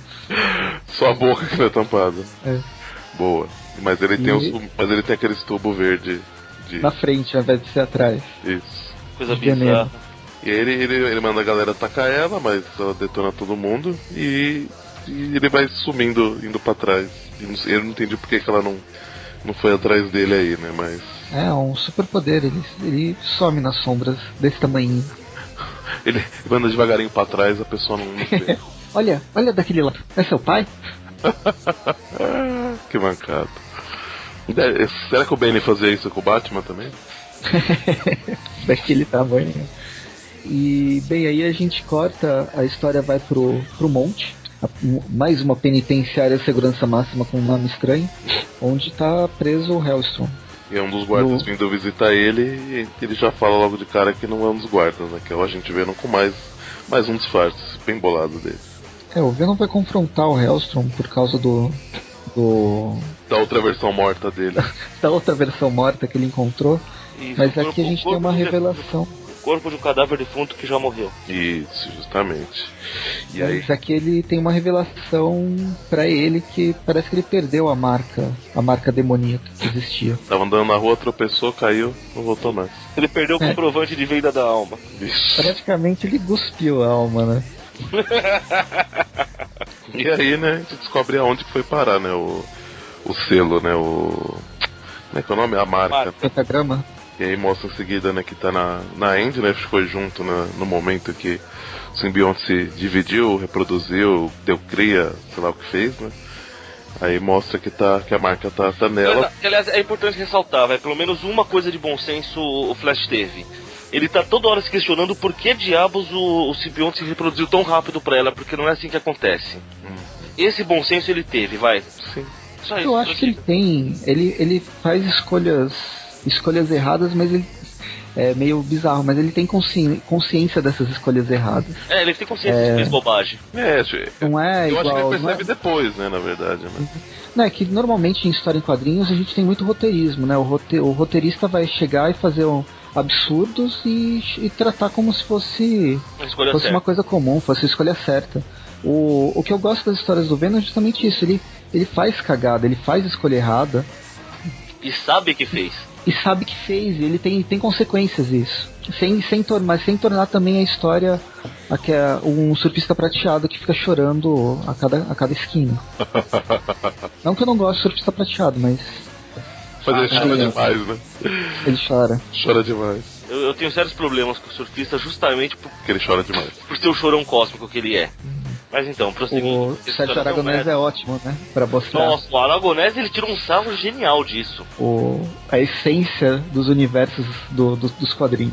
Só a boca que tá tampada. É. Boa. Mas ele, tem E- os, mas ele tem aqueles tubos verde de. Na frente, ao invés de ser atrás. Isso. Coisa Veneno. bizarra. E ele, ele, ele manda a galera atacar ela, mas ela detona todo mundo e, e ele vai sumindo, indo pra trás. E não sei- Eu não entendi porque que ela não, não foi atrás dele aí, né? Mas. É, um superpoder, ele, ele some nas sombras desse tamanho. Ele manda devagarinho pra trás, a pessoa não, não vê. Olha, olha daquele lá. É seu pai? Ah, que mancado. É, é, será que o Benny fazia isso com o Batman também? daquele tamanho. E bem, aí a gente corta, a história vai pro, pro monte. a- um- Mais uma penitenciária de segurança máxima com um nome estranho, onde tá preso o Hellstrom. E é um dos guardas No- vindo visitar ele e ele já fala logo de cara que não é um dos guardas, né? Que é o agente Venom com mais, mais um disfarce, bem bolado dele. É, o Venom vai confrontar o Hellstrom por causa do. do. Da outra versão morta dele. da outra versão morta que ele encontrou. Isso, Mas o corpo- aqui a o gente tem corpo uma de- revelação. O corpo de um cadáver defunto que já morreu. Isso, justamente. E aí, Mas aqui ele tem uma revelação pra ele que parece que ele perdeu a marca, a marca demoníaca que existia. tava andando na rua, tropeçou, caiu, não voltou mais. Ele perdeu o É. comprovante de venda da alma. Isso. Praticamente ele cuspiu a alma, né? E aí, né, a gente descobre aonde que foi parar, né, o, o selo, né, o... Como é que é o nome? A marca. Marca. Pentagrama? E aí mostra em seguida, né, que tá na, na End, né, ficou junto né, no momento que o simbionte se dividiu, reproduziu, deu cria, sei lá o que fez, né. Aí mostra que, tá, que a marca tá, tá nela. Mas, aliás, é importante ressaltar, vai, pelo menos uma coisa de bom senso o Flash teve. Ele tá toda hora se questionando por que diabos o, o simbionte se reproduziu tão rápido pra ela, porque não é assim que acontece. Esse bom senso ele teve, vai. Sim. Só É, isso. Eu acho que ele tem. Ele, ele faz escolhas escolhas erradas, mas ele. É meio bizarro, mas ele tem consci- consciência dessas escolhas erradas. É, ele tem consciência de que fez bobagem. É, acho- Não é eu acho que ele igual. não, percebe é, depois, né, na verdade, né. não, é que normalmente em história em quadrinhos a gente tem muito roteirismo, né? O, rote, o roteirista vai chegar e fazer um- absurdos e, e tratar como se fosse, A escolha fosse uma certa. coisa comum, fosse a escolha certa. O, o que eu gosto das histórias do Venom é justamente isso, ele, ele faz cagada, ele faz escolha errada E sabe que fez. e sabe que fez, e ele tem, tem consequências isso. Sem, sem tornar, sem tornar também a história aque- um surfista prateado que fica chorando a cada, a cada esquina. não que eu não gosto de surfista prateado, mas Mas ele Ah, chora é. demais, né? ele chora. Chora demais. Eu, eu tenho sérios problemas com o surfista justamente por, Que ele chora demais. por ser o chorão cósmico que ele é. Mas então, prosseguindo. O Essa Sérgio história não Aragonés é- é ótimo, né? Pra mostrar Nossa, o Aragonés ele tira um sarro genial disso. o, a essência dos universos do- do- dos quadrinhos.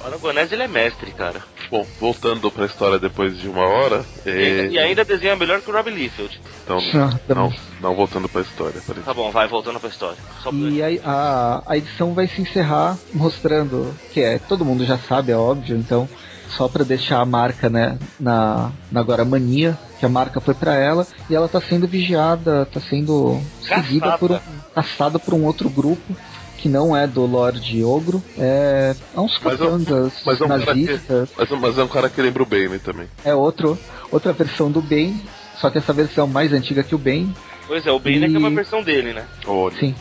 O Aragonés ele é mestre, cara. Bom, voltando pra história depois de uma hora. E é, ainda, e ainda desenha melhor que o Rob Liefeld. Então, Ah, tá não, bom. não voltando pra história. Peraí. Tá bom, vai, voltando pra história. Só pra- né? E a, a- a edição vai se encerrar mostrando que é, todo mundo já sabe, é óbvio, então só pra deixar a marca, né, na, na agora mania, que a marca foi pra ela e ela tá sendo vigiada, tá sendo seguida Caçada. por um, caçada por um outro grupo que não é do Lorde Ogro, é, é uns Mas é um- capangas mas é um cara que- nazistas. Mas, mas é um cara que lembra o Bane também. É outro, outra versão do Ben, só que essa versão mais antiga que o Ben, Pois é, o Bane é que é uma E- versão dele, né? Olha. sim.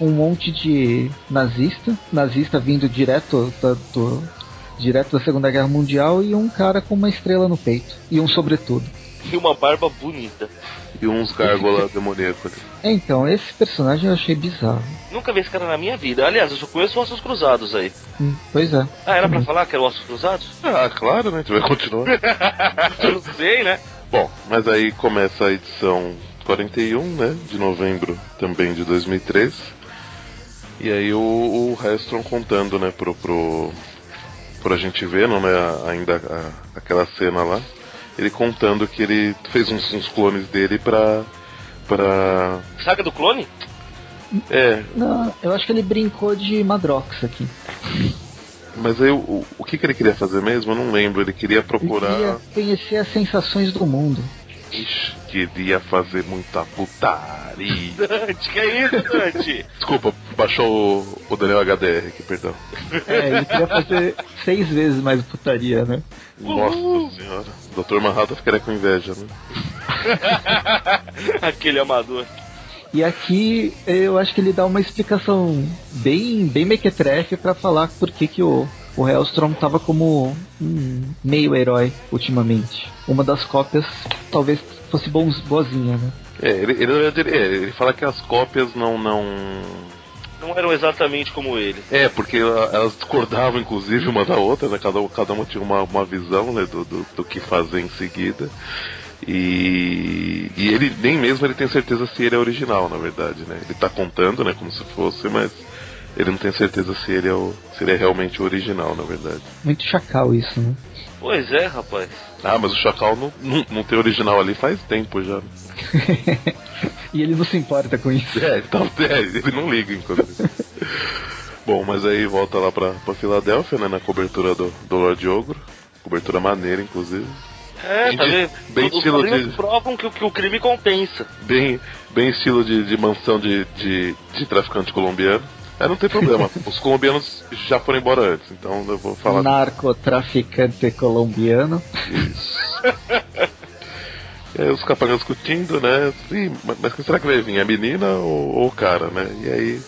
Um monte de nazista, nazista vindo direto da, do- direto da Segunda Guerra Mundial e um cara com uma estrela no peito e um sobretudo. E uma barba bonita. E uns gárgula demoníaco ali. É, Então, esse personagem eu achei bizarro. Nunca vi esse cara na minha vida. Aliás, eu só conheço Ossos Cruzados aí. Hum, pois é. Ah, era pra falar que era o Ossos Cruzados? Ah, claro, né? A gente vai continuar. Eu não sei, né? Bom, mas aí começa a edição 41, né? De novembro também de 2003. E aí o, o Hellstrom contando, né, pro, pro, pro a gente ver, não, né? a- Ainda a- aquela cena lá. Ele contando que ele fez uns, uns clones dele pra. pra. Saga do clone? É, Não, eu acho que ele brincou de Madrox aqui. mas aí o, o que, que ele queria fazer mesmo? Eu não lembro. Ele queria Ele procurar. queria conhecer as sensações do mundo. Ixi, queria fazer muita putaria. Dante, que é isso, Dante? Desculpa, baixou o, o Daniel HDR aqui, perdão. É, ele queria fazer seis vezes mais putaria, né? Nossa senhora. Dr. Manhattan ficaria com inveja, né? Aquele amador. E aqui eu acho que ele dá uma explicação bem, bem mequetrefe pra falar por que, que o, o Hellstrom tava como um meio herói ultimamente. Uma das cópias talvez fosse bons, boazinha, né? É, ele, ele, na verdade, ele- é, ele fala que as cópias não. não... Não eram exatamente como ele. É, porque ela- elas discordavam, inclusive, uma da outra, né? Cada, um- cada uma tinha uma, uma visão né? do, do, do que fazer em seguida. E, e ele nem mesmo ele tem certeza se ele é original, na verdade, né? Ele tá contando, né, como se fosse, mas ele não tem certeza se ele é, o, se ele é realmente o original, na verdade. Muito chacal isso, né? Pois é, rapaz. Ah, mas o Chacal não, não, não tem original ali faz tempo já. né? e ele não se importa com isso. É, ele, tá, é, ele não liga enquanto. Bom, mas aí volta lá pra, pra Filadélfia, né? Na cobertura do, do Lorde Ogro. Cobertura maneira, inclusive. É, Bem tá de- vendo? bem Os estilo quadrinhos de- provam que, o- que o crime compensa. Bem, bem estilo de, de mansão de, de, de traficante colombiano. É, não tem problema. Os colombianos já foram embora antes, então eu vou falar. Narcotraficante colombiano. É, os capangas discutindo, né? Ih, mas- mas quem será que vai vir? A menina ou, ou o cara, né? E aí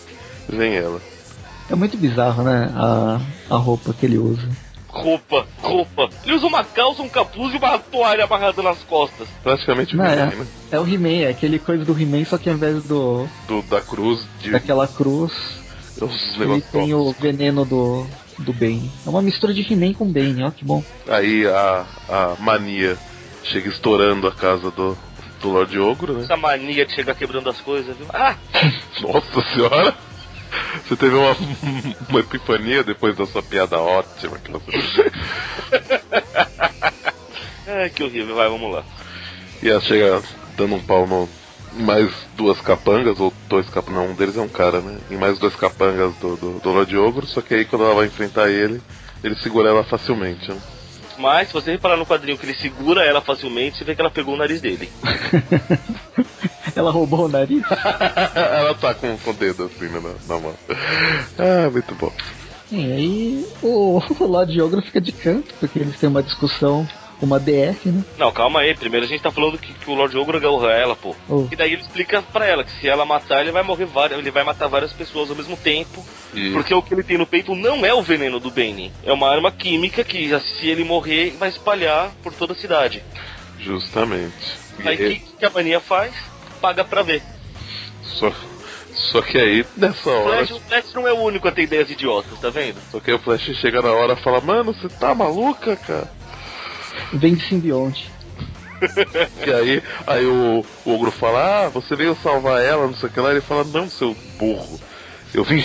vem ela. É muito bizarro, né? A, a roupa que ele usa. Roupa, roupa. Ele usa uma calça, um capuz e uma toalha amarrada nas costas. Praticamente o Não, He-Man, né? É o He-Man, é aquele coisa do He-Man, só que ao invés do, Do, da cruz de daquela cruz, os Ele negócios. tem o veneno do, do Ben. É uma mistura de He-Man com Ben, ó, que bom. Aí a, a mania chega estourando a casa do, do Lorde Ogro, né? Essa mania de chegar quebrando as coisas, viu? Ah, Nossa senhora! Você teve uma, uma epifania depois da sua piada ótima assim. que você é, que horrível. Vai, vamos lá. E ela chega dando um pau no. em Mais duas capangas, ou dois capangas, não, um deles é um cara, né? Em mais duas capangas do, do, do Lorde Ogro, só que aí quando ela vai enfrentar ele, ele segura ela facilmente, né? Mas, se você reparar no quadrinho que ele segura ela facilmente, você vê que ela pegou o nariz dele. Ela roubou o nariz. É, Ela tá com, com o dedo assim né, na, na mão. Ah, muito bom. Sim, aí o, o Lord Ogro fica de canto, porque eles têm uma discussão, uma DR, né? Não, calma aí. Primeiro a gente tá falando que, que o Lord Ogro agarrou ela, pô. O- E daí ele explica pra ela que se ela matar, ele vai morrer várias, ele vai matar várias pessoas ao mesmo tempo. E- Porque o que ele tem no peito não é o veneno do Bane. É uma arma química que, se ele morrer, vai espalhar por toda a cidade. Justamente. E Aí o ele- que, que a mania faz? Paga pra ver. só, só que aí, nessa O hora, Flash, o Flash não é o único a ter ideias idiotas, tá vendo? só que aí o Flash chega na hora e fala, mano, você tá maluca, cara? Vem de simbionte. E aí, aí o, o ogro fala, ah, você veio salvar ela, não sei o que lá, ele fala, não, seu burro. Eu vim.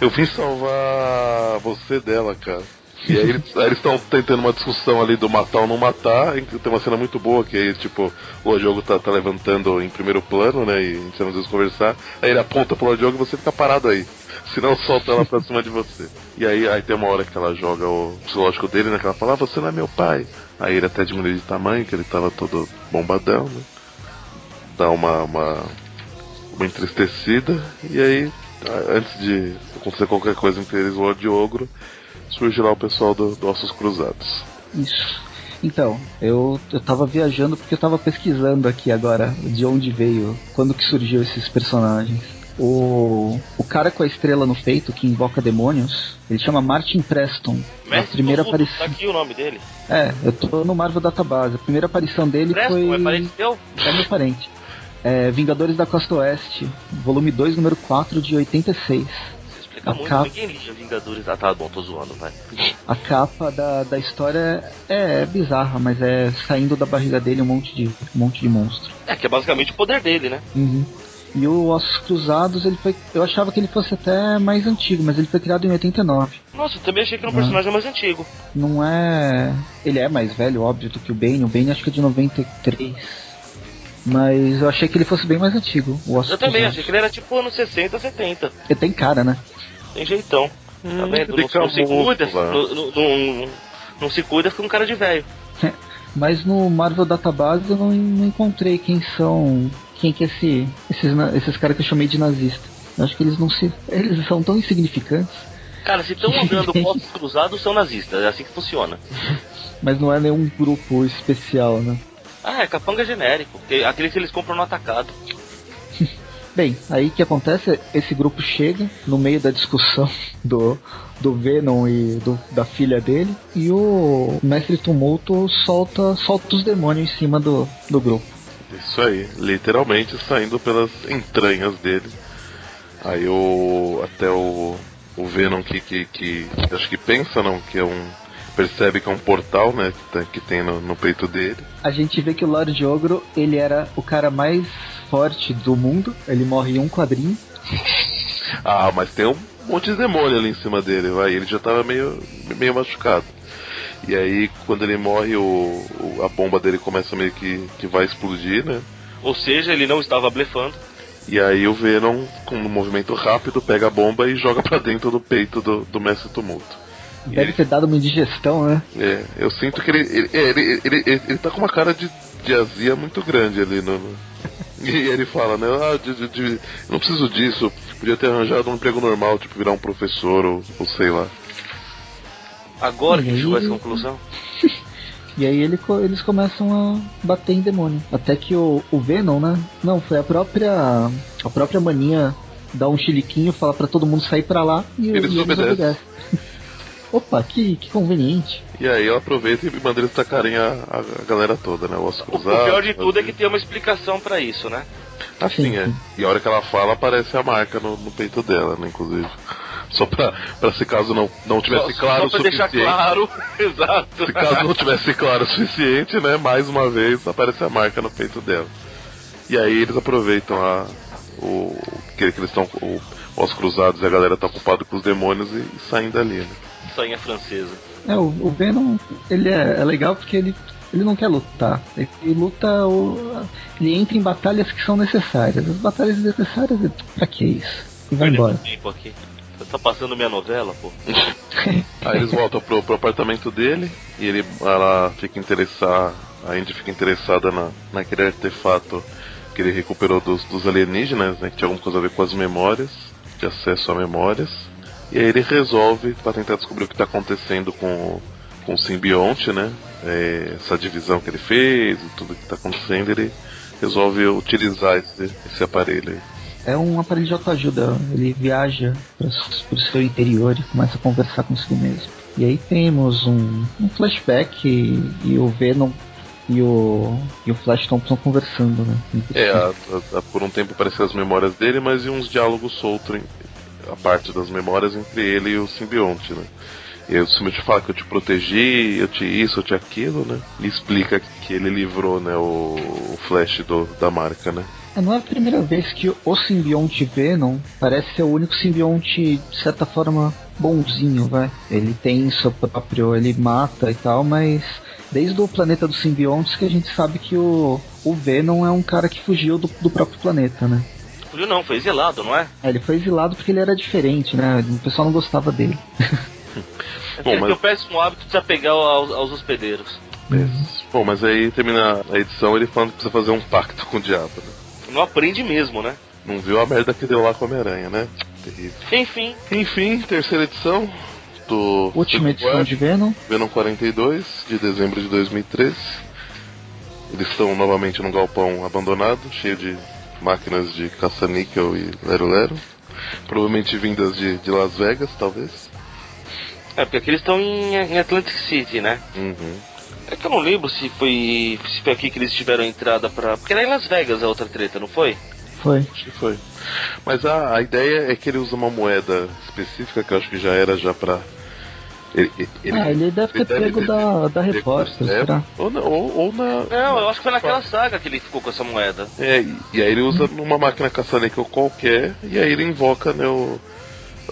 Eu vim salvar você dela, cara. E aí eles aí eles estão tentando uma discussão ali do matar ou não matar. e Tem uma cena muito boa que aí, tipo, o Lord Diogo tá, tá levantando em primeiro plano, né? E a gente não precisa conversar. Aí ele aponta pro Lord Diogo e você fica parado aí. Senão solta ela pra cima de você. E aí, aí tem uma hora que ela joga o psicológico dele, né? Que ela fala, ah, você não é meu pai. Aí ele até diminui de tamanho, que ele tava todo bombadão, né? Dá uma, uma, uma entristecida. E aí, a- antes de acontecer qualquer coisa entre eles, o Lord Ogro, surge lá o pessoal do, do Ossos Cruzados. Isso. Então, eu, eu tava viajando porque eu tava pesquisando aqui agora de onde veio, quando que surgiu esses personagens. O, o cara com a estrela no peito, que invoca demônios, ele chama Martin Preston. A Mestre primeira Tosudo, tá aparição. aqui o nome dele. É, eu tô no Marvel Database. A primeira aparição dele Preston, foi. é parente teu? É meu parente. É, Vingadores da Costa Oeste, volume 2, número 4, de 86. Você explica A muito, capa. ninguém lia Vingadores. Ah, tá bom, tô zoando, vai. A capa da, da história é, é bizarra, mas é saindo da barriga dele um monte de, um monte de monstro. É, que é basicamente o poder dele, né? Uhum. E o Ossos Cruzados, ele foi. Eu achava que ele fosse até mais antigo, mas ele foi criado em 89. Nossa, eu também achei que era um Ah. personagem mais antigo. Não é. Ele é mais velho, óbvio, do que o Bane. O Bane acho que é de 93. Mas eu achei que ele fosse bem mais antigo. O Ossos Eu também Cruzados. achei que ele era tipo anos 60, 70. Ele tem cara, né? Tem jeitão. Hum, Tá vendo? de Não, não se camufla. cuida, não, não- não- não se cuida, fica um cara de velho. Mas no Marvel Database eu não, não encontrei quem são. Quem que é esse, esses, na- esses caras que eu chamei de nazista. Eu acho que eles não se. Eles são tão insignificantes, Cara, se estão andando com ossos cruzados, são nazistas. É assim que funciona. mas não é nenhum grupo especial, né? Ah, é capanga genérico. que- Aquele que eles compram no atacado. Bem, aí o que acontece? Esse grupo chega no meio da discussão do, do Venom e do- da filha dele, e o mestre tumulto solta, solta os demônios em cima do, do grupo. Isso aí, literalmente saindo pelas entranhas dele. Aí o. até o. o Venom que, que, que- acho que pensa não, que é um. percebe que é um portal, né? Que, tá- que tem no, no peito dele. A gente vê que o Lord Ogro, ele era o cara mais forte do mundo. Ele morre em um quadrinho. Ah, mas tem um monte de demônio ali em cima dele, vai. Ele já tava meio, meio machucado. E aí quando ele morre o, o- a bomba dele começa meio que, que vai explodir, né? Ou seja, ele não estava blefando. E aí o Venom, com um movimento rápido, pega a bomba e joga pra dentro do peito do, do Mestre Tumulto. E Deve ele- ter dado uma indigestão, né? É, eu sinto que ele. Ele, é, ele, ele, ele- ele tá com uma cara de, de azia muito grande ali no. no- E ele fala, né? Ah, de- de- de- não preciso disso, podia ter arranjado um emprego normal, tipo virar um professor ou, ou sei lá. Agora que Uhum. chegou a essa conclusão. E aí ele co- eles começam a bater em demônio. Até que o, o Venom, né? Não, foi a própria. A própria mania dá um chiliquinho, fala pra todo mundo sair pra lá e, o- Eles e eles obedecem. obedecem. Opa, que, que conveniente. E aí ela aproveita e manda eles tacarem a, a, a galera toda, né? O osso O, o cruzado. pior de tudo é que assim. tem uma explicação pra isso, né? Assim Sim, é. sim. E a hora que ela fala, aparece a marca no, no peito dela, né? Inclusive. Só pra, pra se caso não, não tivesse só, claro só pra o deixar suficiente. claro. Exato. Se caso não tivesse claro o suficiente, né? Mais uma vez aparece a marca no peito dela. E aí eles aproveitam a. O, que, que eles estão. o- Os cruzados e a galera tá ocupada com os demônios e, e saem dali, né? Sanha francesa. É, o, o Venom, ele é, é legal porque ele, ele não quer lutar. Ele, luta. O, ele entra em batalhas que são necessárias. As batalhas necessárias, ele- pra que isso? E vai Perdendo embora. tempo aqui. Você tá passando minha novela, pô. Aí eles voltam pro, pro apartamento dele e ele, ela fica interessada, a Indy fica interessada na, naquele artefato que ele recuperou dos, dos alienígenas, né? Que tinha alguma coisa a ver com as memórias, de acesso a memórias. E aí ele resolve, para tentar descobrir o que está acontecendo com, o- com o simbionte, né? É, essa divisão que ele fez e tudo que está acontecendo, ele resolve utilizar esse, esse aparelho aí. É um aparelho de autoajuda. Ele viaja para o seu interior e começa a conversar consigo mesmo. E aí temos um, um flashback e, e o Venom e o, e o Flash Thompson conversando, né? É, a- a- a- por um tempo apareceu as memórias dele, mas e uns diálogos soltos, em- a parte das memórias entre ele e o simbionte, né? E aí o simbionte fala que eu te protegi, eu te isso, eu te aquilo, né? Ele explica que ele livrou, né, o, o Flash do, da marca, né? É, Não é a primeira vez que o simbionte Venom parece ser o único simbionte, de certa forma, bonzinho, vai. Ele tem seu próprio, ele mata e tal, mas desde o planeta dos simbiontes que a gente sabe que o, o Venom é um cara que fugiu do, do próprio planeta, né? Fugiu não, foi exilado, não é? É, ele foi exilado porque ele era diferente, né? O pessoal não gostava dele. É Bom, Bom, mas- o péssimo hábito de se apegar aos, aos hospedeiros. Uhum. Bom, mas aí termina a edição ele falando que precisa fazer um pacto com o diabo, né? Não aprende mesmo, né? Não viu a merda que deu lá com a Homem-Aranha, né? Terrível. Enfim, Enfim, terceira edição do... Última edição de Venom. Venom 42, de dezembro de 2013. Eles estão novamente num galpão abandonado, cheio de máquinas de caça-níquel e lero-lero. Provavelmente vindas de, de Las Vegas, talvez. é porque aqui eles estão em, em Atlantic City, né? Uhum. É que eu não lembro se foi, se foi aqui que eles tiveram entrada pra. Porque era em Las Vegas a outra treta, não foi? Foi. Acho que foi. Mas a, a ideia é que ele usa uma moeda específica, que eu acho que já era já pra. Ele, ah, ele deve ter pego da, da repórter, é, será? ou, na- ou, ou na. Não, eu acho que foi naquela saga que ele ficou com essa moeda. É, e- e aí ele usa numa máquina caça-níquel qualquer, e aí ele invoca, né, o.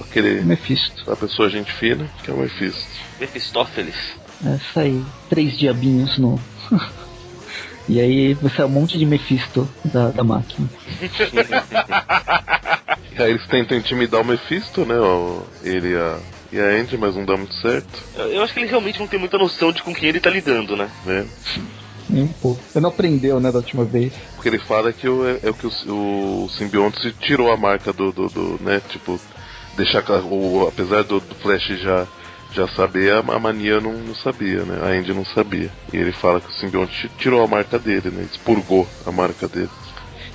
aquele. Mephisto. a pessoa gente fina, que é o Mephisto. Mephistófeles. Essa É, aí, três diabinhos no. e aí você é um monte de Mephisto da, da máquina. E aí eles tentam intimidar o Mephisto, né? o- ele e a, e a Andy, mas não dá muito certo, Eu, eu acho que ele realmente não tem muita noção de com quem ele tá lidando, né? né? Nem um pouco. Você não aprendeu, né, da última vez. O que ele fala é que o, é, é o que o, o simbionte se tirou a marca do, do, do, né? Tipo, deixar claro, o- apesar do, do Flash já já saber, a, a mania não, não sabia, né? A Andy não sabia. E ele fala que o simbionte tirou a marca dele, né? Expurgou a marca dele.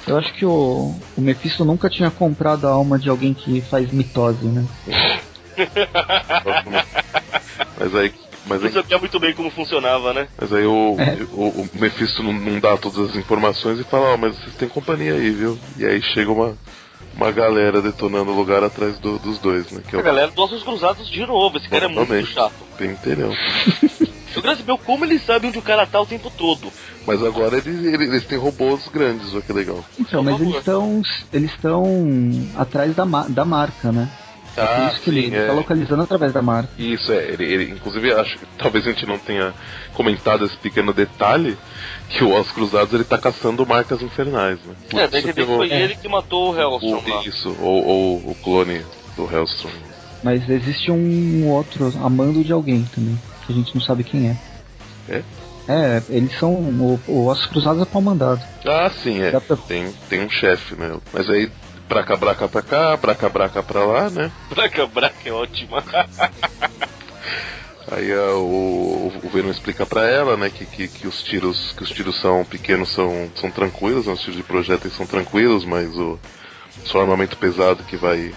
Eu acho que o, o Mephisto nunca tinha comprado a alma de alguém que faz mitose, né? Mas aí, mas Não aí sabia muito bem como funcionava, né? Mas aí o, É. o, o Mephisto não, não dá todas as informações e fala, ó, mas vocês têm companhia aí, viu? E aí chega uma, uma galera detonando o lugar atrás do- dos dois, né? Que é A o galera dos Ossos Cruzados de novo, esse cara é muito Novamente. chato. pentelhão. Eu quero saber como ele sabe onde o cara tá o tempo todo. Mas agora eles, eles, eles têm robôs grandes, olha que legal. Então, Por mas favor. eles estão eles estão atrás da, ma- da marca, né? Por isso que ele ele tá localizando através da marca. Isso, é, ele, ele- inclusive acho que talvez a gente não tenha comentado esse pequeno detalhe, que o Os Cruzados ele tá caçando marcas infernais, né? Por É, isso daí que que o- foi É. ele que matou o Hellstrom lá. o, isso, ou, ou o clone do Hellstrom. Mas existe um outro amando de alguém também, que a gente não sabe quem é. É? É, eles são. O, o Ossos Cruzados é pau mandado. Ah, sim, é. Dá pra- Tem, tem um chefe, né? Mas aí, braca braca pra cá, braca braca pra lá, né? Braca Braca é ótima. Aí ah, o, o Venom explica pra ela, né, que, que, que os tiros que os tiros são pequenos são, são tranquilos, né, os tiros de projéteis são tranquilos, mas o só o armamento pesado que vai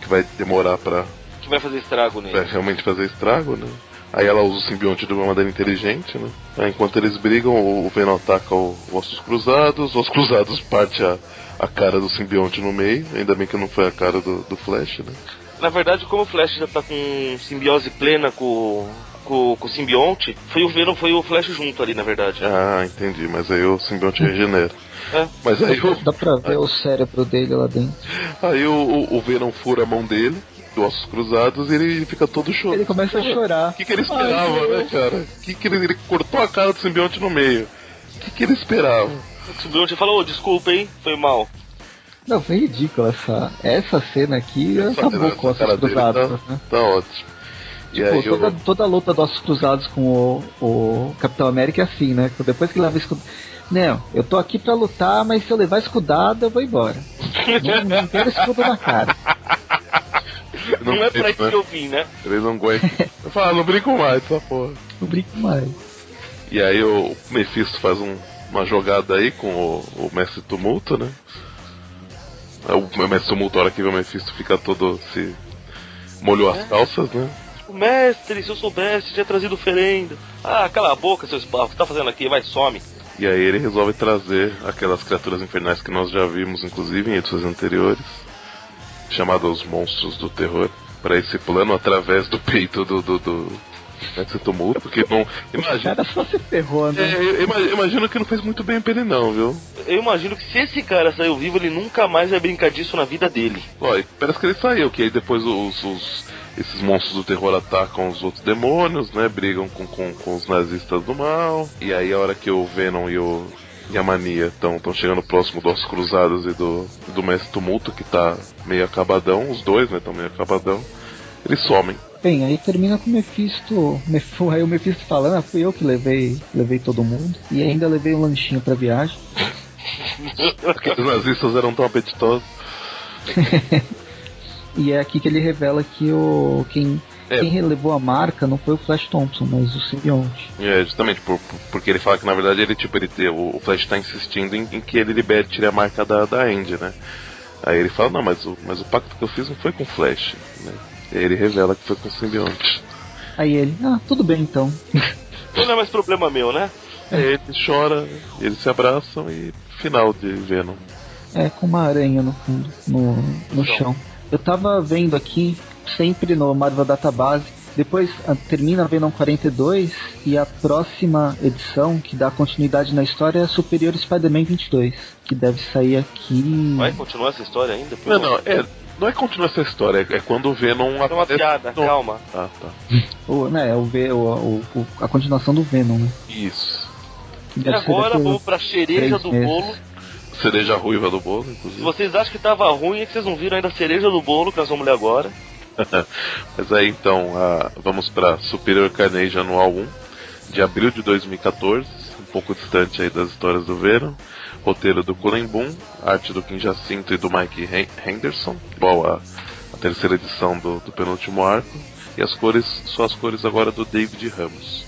que vai demorar pra, que vai fazer estrago nele. pra realmente fazer estrago, né? Aí ela usa o simbionte de uma maneira inteligente, né? Aí, enquanto eles brigam, o, o Venom ataca o, o Ossos Cruzados, os Ossos Cruzados parte a, a cara do simbionte no meio, ainda bem que não foi a cara do, do Flash, né? Na verdade, como o Flash já tá com simbiose plena com, com, com o simbionte, foi o Venom, foi o Flash junto ali, na verdade. Ah, entendi, mas aí o simbionte regenera. É. Mas aí o, Dá pra ver o cérebro dele lá dentro. Aí o, o, o Venom fura a mão dele, do ossos cruzados, e ele fica todo chorando. Ele começa a chorar. O que, que ele esperava, né, cara? O que, que ele, ele cortou a cara do simbionte no meio. O que, que ele esperava? O simbionte falou, ô, desculpa, hein? Foi mal. Não, foi ridículo essa. Essa cena aqui Essa- acabou essa com Ossos cara dele Cruzados. né? Tá ótimo. E Tipo, aí toda, o, toda a luta dos Ossos Cruzados com o, o Capitão América é assim, né? Depois que leva escudada. Não, eu tô aqui pra lutar, mas se eu levar escudada, eu vou embora. não, não quero escudo na cara. Não, é pra aguento, isso que eu vim, né? Eles não aguentam. Eu falo, ah, não brinco mais, essa porra. Não brinco mais. E aí o Mephisto faz um- uma jogada aí com o, o Mestre Tumulto, né? Aí O, Mestre Tumulto, a hora que vê o Mephisto, fica todo se... Molhou as calças, né? O mestre, se eu soubesse, tinha trazido oferenda. Ah, cala a boca, seu esparro, o que você tá fazendo aqui? Vai, some. E aí ele resolve trazer aquelas criaturas infernais que nós já vimos, inclusive, em edições anteriores, chamadas os monstros do terror, para esse plano através do peito do. do, do... Mestre Tumulto, porque não. O Imagina, cara só se ferrou, é, né? eu ima- imagino que não fez muito bem pra ele, não, viu? Eu imagino que se esse cara saiu vivo, ele nunca mais vai brincar disso na vida dele. Ó, e parece que ele saiu, que aí depois os, os- esses monstros do terror atacam os outros demônios, né? Brigam com, com, com os nazistas do mal. E aí a hora que o Venom e o e a Mania estão chegando próximo dos Cruzados e do, do Mestre Tumulto, que tá meio acabadão, os dois, né? Estão meio acabadão. Eles somem. Bem, aí termina com o Mephisto. Mef- Aí o Mephisto falando, ah, fui eu que levei, levei todo mundo. E ainda levei um lanchinho pra viagem. Aqueles nazistas eram tão apetitosos. E é aqui que ele revela que o quem, É. quem relevou a marca não foi o Flash Thompson, mas o simbionte. É, justamente, por- por- porque ele fala que na verdade ele, tipo, ele, o, o Flash tá insistindo em, em que ele libere, tire a marca da, da Andy, né? Aí ele fala, não, mas o, mas o pacto que eu fiz não foi com o Flash, né? E aí ele revela que foi com o simbionte. Aí ele, ah, tudo bem então. Então não é mais problema meu, né? Aí ele chora, eles se abraçam e final de Venom. É, com uma aranha no fundo, no, no chão. Eu tava vendo aqui, sempre no Marvel Database, depois ah, termina a Venom 42 e a próxima edição que dá continuidade na história é a Superior Spider-Man 22, que deve sair aqui. Vai continuar essa história ainda? Pô, Não, não, é, não é continuar essa história, é é quando o Venom É uma piada, no- calma. Ah, tá. Ou, né, o, V- o- o- o- a continuação do Venom, né? Isso. Que E deve ser É agora daqui a vamos pra cereja três do meses. bolo. Cereja ruiva do bolo, Se inclusive. vocês acham que tava ruim, é que vocês não viram ainda a cereja do bolo que nós vamos ler agora. Mas aí então, a- vamos para Superior Carnage Anual 1, de abril de 2014, um pouco distante aí das histórias do Venom. Roteiro do Cullen Boom, arte do Kim Jacinto e do Mike Hen- Henderson, igual a, a terceira edição do, do penúltimo arco. E as cores, só as cores agora do David Ramos.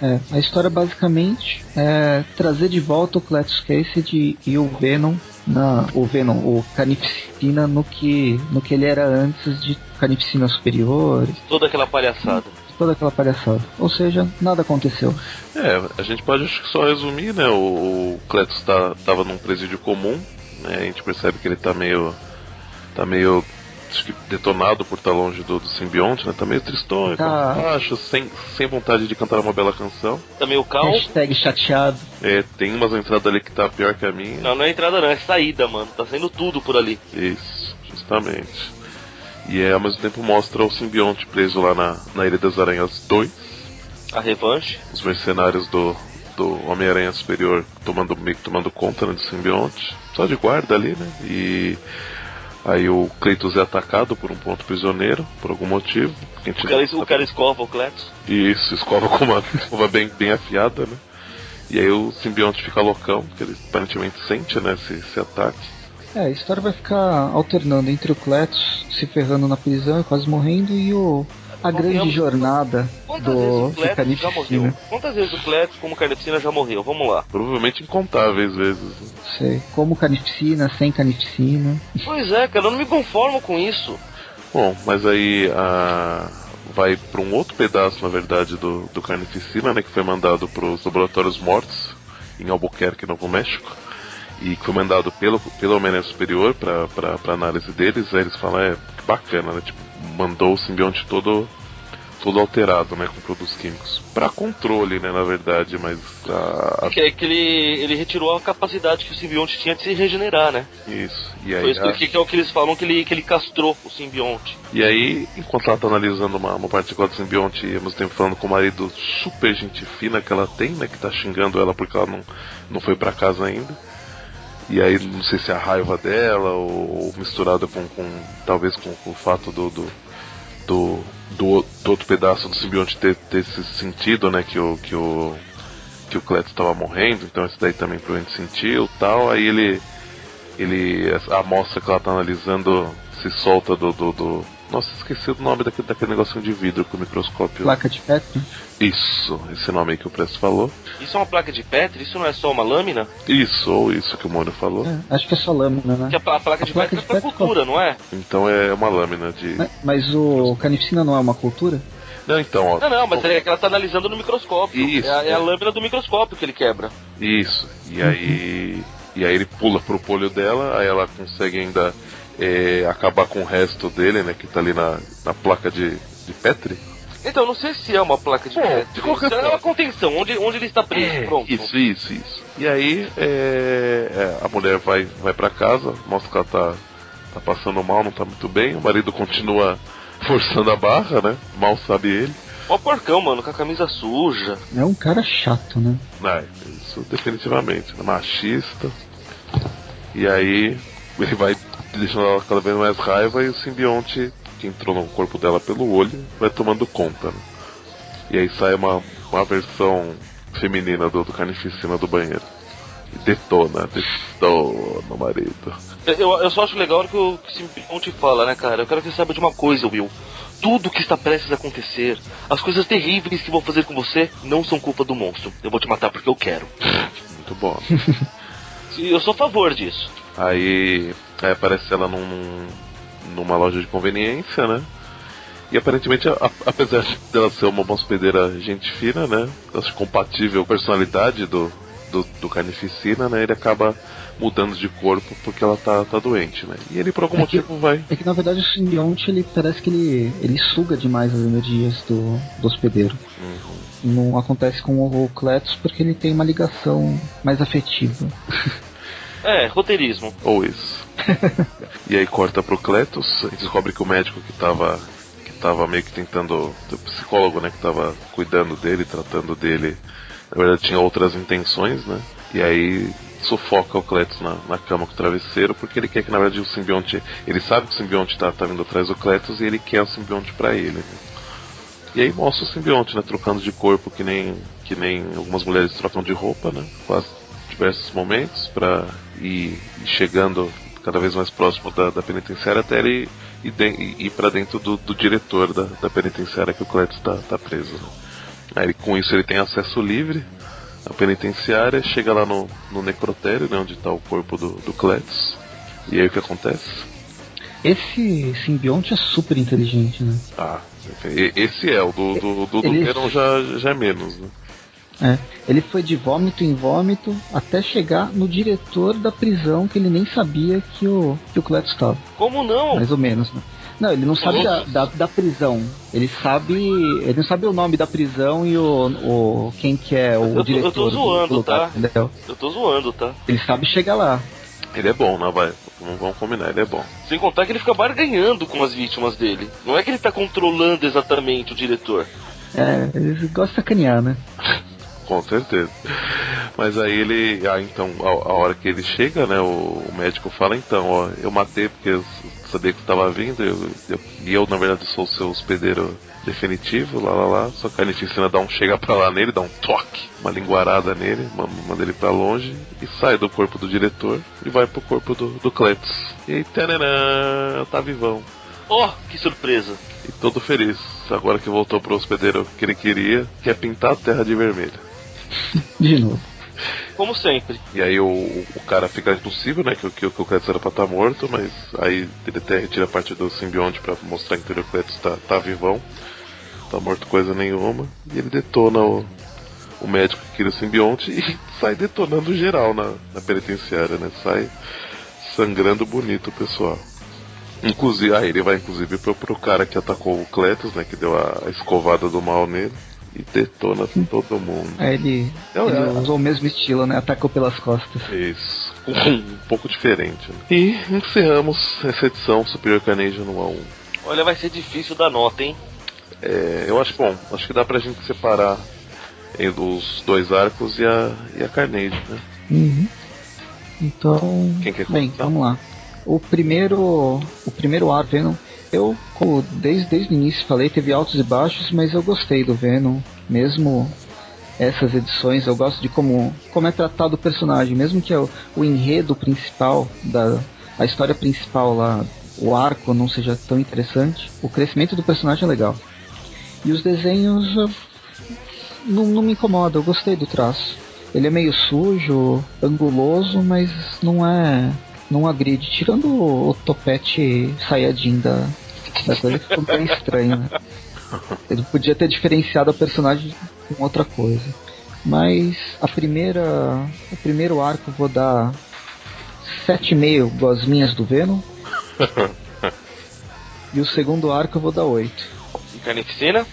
É, a história basicamente é trazer de volta o Cletus Cassidy e o Venom na o Venom, o Carnificina no que no que ele era antes de Carnificina Superior, Toda aquela palhaçada. toda aquela palhaçada. Ou seja, nada aconteceu. É, a gente pode acho que só resumir, né? O, o Cletus tá, tava num presídio comum, né? A gente percebe que ele tá meio. tá meio. acho que detonado por estar longe do, do simbionte, né? Tá meio tristonho, Tá. tá. baixo, sem, sem vontade de cantar uma bela canção. Tá meio calmo. Hashtag chateado. É, tem umas entradas ali que tá pior que a minha. Não, não é entrada não, é saída, mano. Tá saindo tudo por ali. Isso, justamente. E é, ao mesmo tempo mostra o simbionte preso lá na, na Ilha das Aranhas 2. A revanche. os mercenários do, do Homem-Aranha Superior tomando, meio que tomando conta né, do simbionte, só de guarda ali, né? E aí o Kratos é atacado por um ponto prisioneiro, por algum motivo. A gente O cara, não o cara escova o Cletus. isso, escova com uma escova bem, bem afiada, né? E aí o simbionte fica loucão, porque ele aparentemente sente, né, esse, esse ataque. É, a história vai ficar alternando entre o Cletus se ferrando na prisão e quase morrendo e o a grande Convenhamos- jornada Quantas vezes do, o do Cletus já morreu? Carnificina. Quantas vezes o Cletus, como carnificina, já morreu? Vamos lá. Provavelmente incontáveis vezes. né? Sei, como Carnificina, sem Carnificina. Pois é, cara, eu não me conformo com isso. Bom, mas aí a... vai para um outro pedaço, na verdade, do, do Carnificina, né? Que foi mandado para os laboratórios mortos em Albuquerque, Novo México. E que foi mandado pelo, pelo Homem-Aranha Superior para análise deles. Aí eles falam, é que bacana, né? Tipo, mandou o simbionte todo todo alterado, né, com produtos químicos. Para controle, né, na verdade, mas ah, a, a- Que é que ele, ele retirou a capacidade que o simbionte tinha de se regenerar, né? isso. E Foi aí isso a- que, que é o que eles falam que ele, que ele castrou o simbionte. E aí, enquanto ela tá analisando uma, uma partícula do simbionte e ao mesmo tempo falando com o marido super gente fina que ela tem, né? Que tá xingando ela porque ela não, não foi pra casa ainda. E aí, não sei se é a raiva dela ou, ou misturada com, com. talvez com, com o fato do. do do, do, do outro pedaço do simbionte ter, ter esse sentido, né? Que o, que o, que o Cletus estava morrendo, então esse daí também provavelmente sentiu tal. Aí ele, ele a amostra que ela tá analisando se solta do, do, do, Nossa, esqueci o nome daquele, daquele negocinho de vidro com o microscópio. Placa de Petri. Isso, esse nome aí que o Presto falou. Isso é uma placa de Petri? Isso não é só uma lâmina? Isso, ou isso que o Mônio falou. É, acho que é só lâmina, né? Porque a, pla- a placa A de placa Petri é de pra Petri, cultura, não é? Então é uma lâmina de. Mas- Mas o Canipsina não é uma cultura? Não, então, ó. Não, não, mas é que ela tá analisando no microscópio. Isso, é, a- é a é. lâmina do microscópio que ele quebra. Isso. E aí. E aí ele pula pro polho dela, aí ela consegue ainda é, acabar com o resto dele, né? Que tá ali na, na placa de, de Petri. Então, não sei se é uma placa de Bom, Petri. de qualquer Isso é uma forma. É, contenção, onde, onde ele está preso. É, Pronto. Isso, isso, isso. E aí é, é, a mulher vai, vai para casa, mostra que ela tá, tá passando mal, não tá muito bem, o marido continua forçando a barra, né? Mal sabe ele. Ó, porcão, mano, com a camisa suja. É um cara chato, né? Não, isso definitivamente, né? machista. E aí ele vai deixando ela cada vez mais raiva e o simbionte que entrou no corpo dela pelo olho vai tomando conta. Né? E aí sai uma, uma versão feminina do, do carnificina do banheiro. E detona, detona o marido. Eu, eu só acho legal o que o que o Simbionte fala, né, cara? Eu quero que você saiba de uma coisa, Will. Tudo que está prestes a acontecer, as coisas terríveis que vão fazer com você, não são culpa do monstro. Eu vou te matar porque eu quero. Muito bom. E Eu sou a favor disso. Aí, aí aparece ela num, numa loja de conveniência, né? E aparentemente, a- a- apesar de dela ser uma hospedeira gente fina, né? Acho compatível com a personalidade do, do, do Carnificina, né? Ele acaba mudando de corpo porque ela tá, tá doente, né? E ele por algum É que- motivo vai. É que na verdade o simbionte ele parece que ele, ele suga demais as energias do, do hospedeiro. Não acontece com o Cletus porque ele tem uma ligação mais afetiva. É, roteirismo. Ou isso. e aí corta pro Cletus e descobre que o médico que tava. que tava meio que tentando. O psicólogo, né? Que tava cuidando dele, tratando dele. Na verdade tinha outras intenções, né? E aí sufoca o Cletus na, na cama com o travesseiro, porque ele quer que na verdade o simbionte. Ele sabe que o simbionte tá, tá vindo atrás do Cletus e ele quer o simbionte pra ele, né? E aí mostra o simbionte, né? Trocando de corpo que nem, que nem algumas mulheres trocam de roupa, né? Quase diversos momentos para ir, ir chegando cada vez mais próximo da, da penitenciária até ele ir, de- ir para dentro do, do diretor da, da penitenciária que o Cletus tá, tá preso, né? Aí ele- com isso ele tem acesso livre à penitenciária, chega lá no, no necrotério, né? Onde tá o corpo do, do Cletus. E aí o que acontece? Esse simbionte é super inteligente, né? Ah, e- esse é, o do, do, do, do Ele- Venom já, já é menos, né? É. Ele foi de vômito em vômito até chegar no diretor da prisão que ele nem sabia que o, que o Cletus estava. Como não? Mais ou menos, né? Não, ele não sabe da, da, da prisão. Ele sabe. Ele não sabe o nome da prisão e o. o quem que é Eu o tô- eu diretor. tô do- do zoando, lugar, tá? entendeu? Eu tô zoando, tá? Ele sabe chegar lá. Ele é bom, né? Vai, vamos, vamos combinar, ele é bom. Sem contar que ele fica barganhando com as vítimas dele. Não é que ele tá controlando exatamente o diretor. É, ele gosta de sacanear, né? Com certeza. Mas aí ele. Ah, então, a, a hora que ele chega, né? O, o médico fala, então, ó, eu matei porque eu s- sabia que você estava vindo, eu- eu- e eu, na verdade, sou o seu hospedeiro definitivo, lá lá lá. Só que a carnificina dá um chega pra lá nele, dá um toque, uma linguarada nele, ma- manda ele pra longe, e sai do corpo do diretor e vai pro corpo do, do Cletus. E aí, tananã, tá vivão. Oh, que surpresa. E todo feliz, agora que voltou pro hospedeiro que ele queria, que é pintar a terra de vermelho. De novo. Como sempre. E aí o, o cara fica impossível, né? Que, o- que, o- que o Kratos era pra estar morto, mas aí ele até retira a parte do simbionte pra mostrar que o Kratos tá, tá vivão, tá morto coisa nenhuma, e ele detona o, o médico que queria o simbionte e sai detonando geral na, na penitenciária, né? Sai sangrando bonito o pessoal. Inclusive, ah, ele vai inclusive pro, pro cara que atacou o Cletus, né? Que deu a, a escovada do mal nele e detona todo mundo. É um Aí ele, Eu- ele eu- usou o mesmo estilo, né? Atacou pelas costas. Isso. Um pouco diferente. Né? E encerramos essa edição Superior Carnage no A1. Olha, vai ser difícil dar nota, hein? É, eu acho bom, acho que dá pra gente separar eh, os dois arcos e a, e a Carnage, né? Uhum. Então, Quem quer bem, começar? vamos lá. O primeiro, o primeiro ar Venom, eu como desde desde o início falei, teve altos e baixos, mas eu gostei do Venom, mesmo essas edições, eu gosto de como como é tratado o personagem, mesmo que é o, o enredo principal da a história principal lá o arco não seja tão interessante, o crescimento do personagem é legal. E os desenhos eu- não, não me incomoda, eu gostei do traço. Ele é meio sujo, anguloso, mas não é. não agride. Tirando o, o topete saiadinho da, da coisa que ficou bem estranho, né? Ele podia ter diferenciado a personagem com outra coisa. Mas a primeira. O primeiro arco eu vou dar 7,5 gosminhas do Venom. e o segundo arco eu vou dar 8. E Carnificina?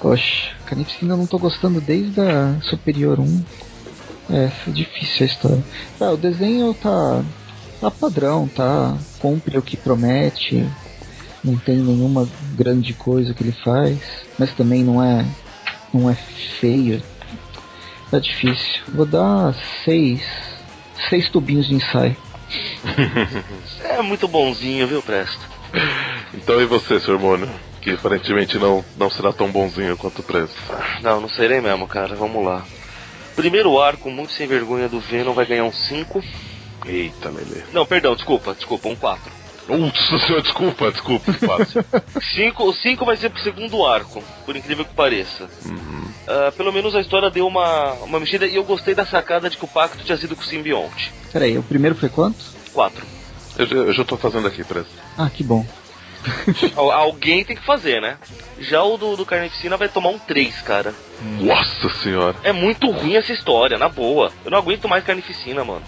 Poxa, Carnificina eu não tô gostando desde a Superior 1. É, foi difícil a história. Ah, o desenho tá, tá padrão, tá? Cumpre o que promete. Não tem nenhuma grande coisa que ele faz. Mas também não é. não é feio. Tá difícil. Vou dar seis. Seis tubinhos de ensaio. É muito bonzinho, viu, Presto? Então e você, seu hormônio? Que aparentemente não, não será tão bonzinho quanto o preço. Não, não serei mesmo, cara. Vamos lá. Primeiro arco, muito sem vergonha do Venom, vai ganhar um 5. Eita, Lele. Não, perdão, desculpa, desculpa, um 4. Nossa senhora, desculpa, desculpa, quase. 5, o 5 vai ser pro segundo arco, por incrível que pareça. Ah, pelo menos a história deu uma, uma mexida e eu gostei da sacada de que o pacto tinha sido com o simbionte. Pera aí, o primeiro foi quanto? 4. eu, já- eu já tô fazendo aqui, preço. Ah, que bom. alguém tem que fazer, né? Já o do, do Carnificina vai tomar um 3, cara. Hum. Nossa senhora. É muito ruim essa história, na boa. Eu não aguento mais Carnificina, mano.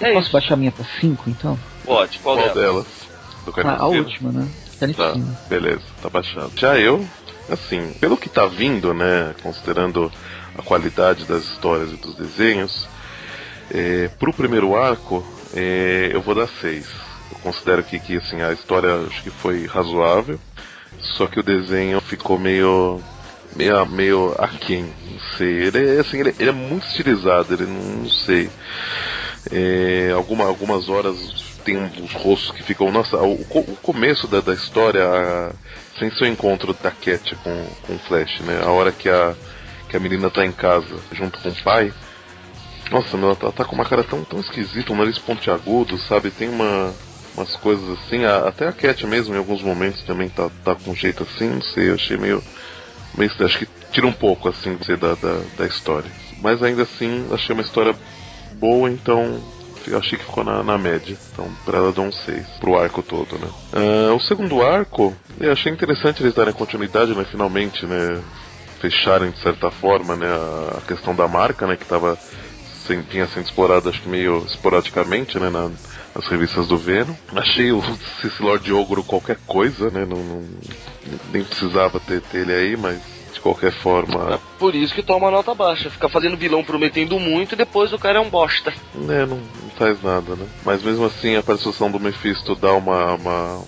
É Posso isso. baixar a minha pra 5 então? Pode, qual, Qual dela? delas? Do Ah, a Carnificina? última, né? Tá, Carnificina. beleza, tá baixado. Já eu, assim, pelo que tá vindo, né, considerando a qualidade das histórias e dos desenhos, é, pro primeiro arco, é, eu vou dar seis. Eu considero que, que assim, a história acho que foi razoável, só que o desenho ficou meio. Meio, meio aquém, não sei. Ele, é, assim, ele, ele é muito estilizado, ele não, não sei. É, alguma, algumas horas tem uns rostos que ficam. Nossa, o, co- o começo da, da história, a, sem seu encontro da Cat com, com o Flash, né? A hora que a, que a menina tá em casa junto com o pai. Nossa, meu, ela tá, tá com uma cara tão, tão esquisita, um nariz pontiagudo, sabe? Tem uma, umas coisas assim. a- até a Cat mesmo, em alguns momentos, também tá, tá com um jeito assim, não sei, eu achei meio. meio estranho. acho que tira um pouco, assim, você da, da, da história. Mas ainda assim, achei uma história boa, então eu achei que ficou na, na média. Então, pra ela dar um 6, pro arco todo, né? Ah, o segundo arco, eu achei interessante eles darem continuidade, né? Finalmente, né? Fecharem de certa forma, né? A, a questão da marca, né? Que tava sem, vinha sendo explorada, acho que meio esporadicamente, né? na- nas revistas do Venom. Achei o esse Lord Ogro qualquer coisa, né? Não, não- nem precisava ter, ter ele aí, mas de qualquer forma. É Por isso que toma nota baixa. Fica fazendo vilão prometendo muito e depois o cara é um bosta. né, não, não faz nada, né? Mas mesmo assim a participação do Mephisto dá uma, uma,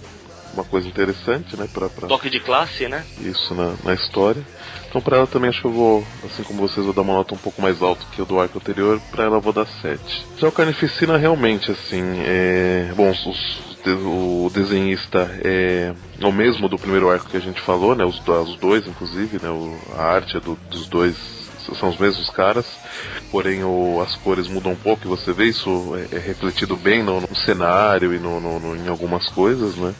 uma coisa interessante, né? Pra, pra Toque de classe, né? isso na, na história. Então pra ela também acho que eu vou, assim como vocês, vou dar uma nota um pouco mais alta que o do arco anterior, pra ela eu vou dar 7. Já o Carnificina realmente, assim, é. Bom, os- os de- o desenhista é é o mesmo do primeiro arco que a gente falou, né? Os, do- os dois, inclusive, né? o- a arte é do- dos dois são os mesmos caras, porém o- as cores mudam um pouco e você vê isso é, é refletido bem no, no cenário e no- no- no- em algumas coisas, né?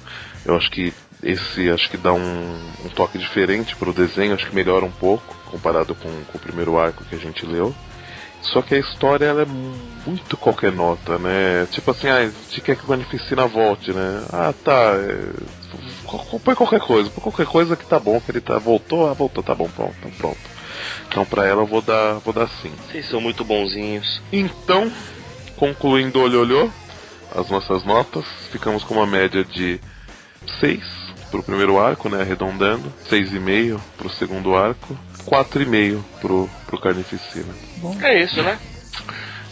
Eu acho que esse acho que dá um, um toque diferente pro desenho, acho que melhora um pouco comparado com, com o primeiro arco que a gente leu. Só que a história ela é muito qualquer nota, né? Tipo assim, ah, te quer que o Beneficina volte, né? Ah, tá. é, co- Põe qualquer coisa, põe qualquer coisa que tá bom, que ele tá. Voltou, ah, voltou, tá bom, pronto, então pronto. Então pra ela eu vou dar. vou dar sim. Vocês são muito bonzinhos. Então, concluindo o olho olhou, as nossas notas, ficamos com uma média de 6 pro primeiro arco, né, arredondando, 6,5 pro segundo arco, 4,5 pro, pro Carnificina. Bom, É isso, né?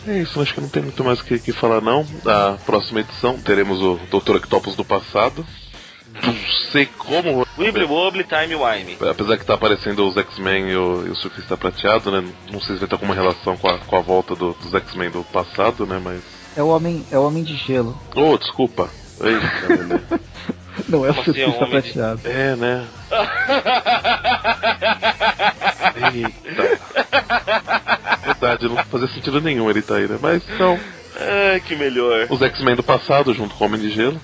É isso, acho que não tem muito mais o que, que falar não. Na próxima edição teremos o Dr. Octopus do passado. Não sei como, Wibbly wobbly, time wime. apesar que tá aparecendo os X-Men e o, e o Surfista Prateado, né, não sei se vai ter alguma relação com a, com a volta do- dos X-Men do passado, né, mas... é o homem, é o homem de gelo. Oh, desculpa. Eita, Lelê. Não é o Como assim, é um surfista homem de- prateado. É, né? Eita. Verdade, não fazia sentido nenhum ele tá aí, né? Mas então, Ai, que melhor. Os X-Men do passado, junto com o Homem de Gelo,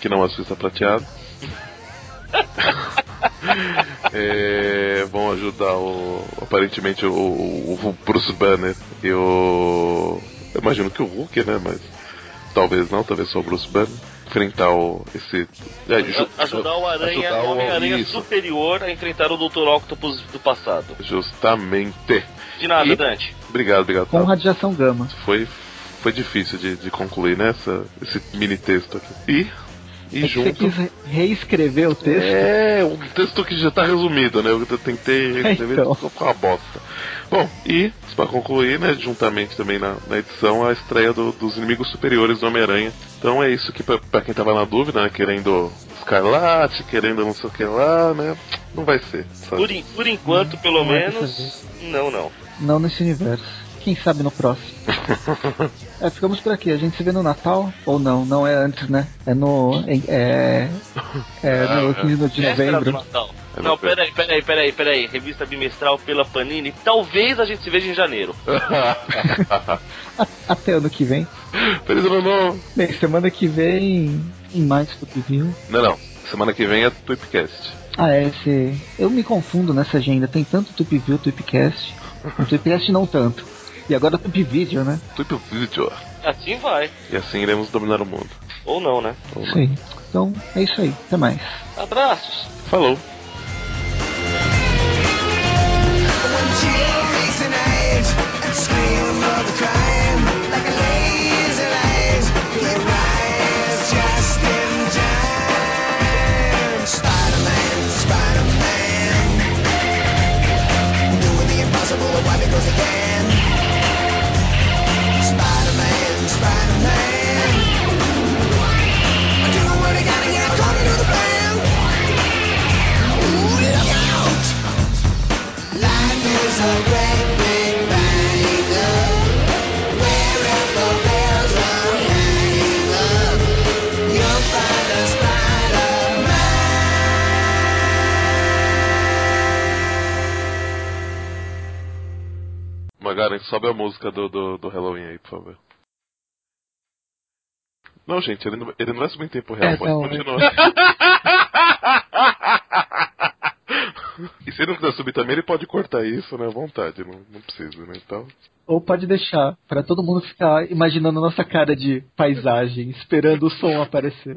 que não assista prateado. É, vão ajudar o. Aparentemente o, o Bruce Banner e o. Eu imagino que o Hulk, né? Mas. Talvez não, talvez só o Bruce Banner. Enfrentar o. esse. é, ju- A- Ajudar o Aranha, ajudar o Homem-Aranha isso, superior a enfrentar o Dr. Octopus do passado. Justamente. De nada, E- Dante. Obrigado, obrigado. Com Tato. radiação gama. Foi, foi difícil de, de concluir, né? Essa, esse mini texto aqui. E. E É que Você junto. quis re- reescrever o texto? É, um texto que já tá resumido, né? Eu tentei escrever então. ficou uma bosta. Bom, e, pra concluir, né, juntamente também na, na edição, a estreia do- dos inimigos superiores do Homem-Aranha. Então é isso que, pra, pra quem tava na dúvida, né, querendo escarlate, querendo não sei o que lá, né, não vai ser. Por, Sabe? en- por enquanto, pelo Não é menos. dessa Não, não. Não nesse universo. Quem sabe no próximo. É, ficamos por aqui. A gente se vê no Natal ou não? Não é antes, né? É no. em- É. É no 15 de Véspera novembro. do Natal. É Não, novembro. peraí, peraí, peraí, peraí. Revista bimestral pela Panini. Talvez a gente se veja em janeiro. A- Até ano que vem. Feliz ano novo! Bem, semana que vem. Em mais do que viu. Não, não. Semana que vem é Tweepcast. Ah, é, esse. Eu me confundo nessa agenda. Tem tanto Tupview, Tupcast. Tupcast não tanto. E agora Tupvideo, né? Tweep Video. Assim vai. E assim iremos dominar o mundo. Ou não, né? Isso aí. Então, é isso aí. Até mais. Abraços. Falou! Magaren, sobe a música do, do, do Halloween aí, por favor. Não, gente, ele não, ele não vai subir em tempo real, É, pode não, continuar. e se ele não quiser subir também, ele pode cortar isso, né? À vontade, não, não precisa, né? Então. Ou pode deixar, pra todo mundo ficar imaginando a nossa cara de paisagem, esperando o som aparecer.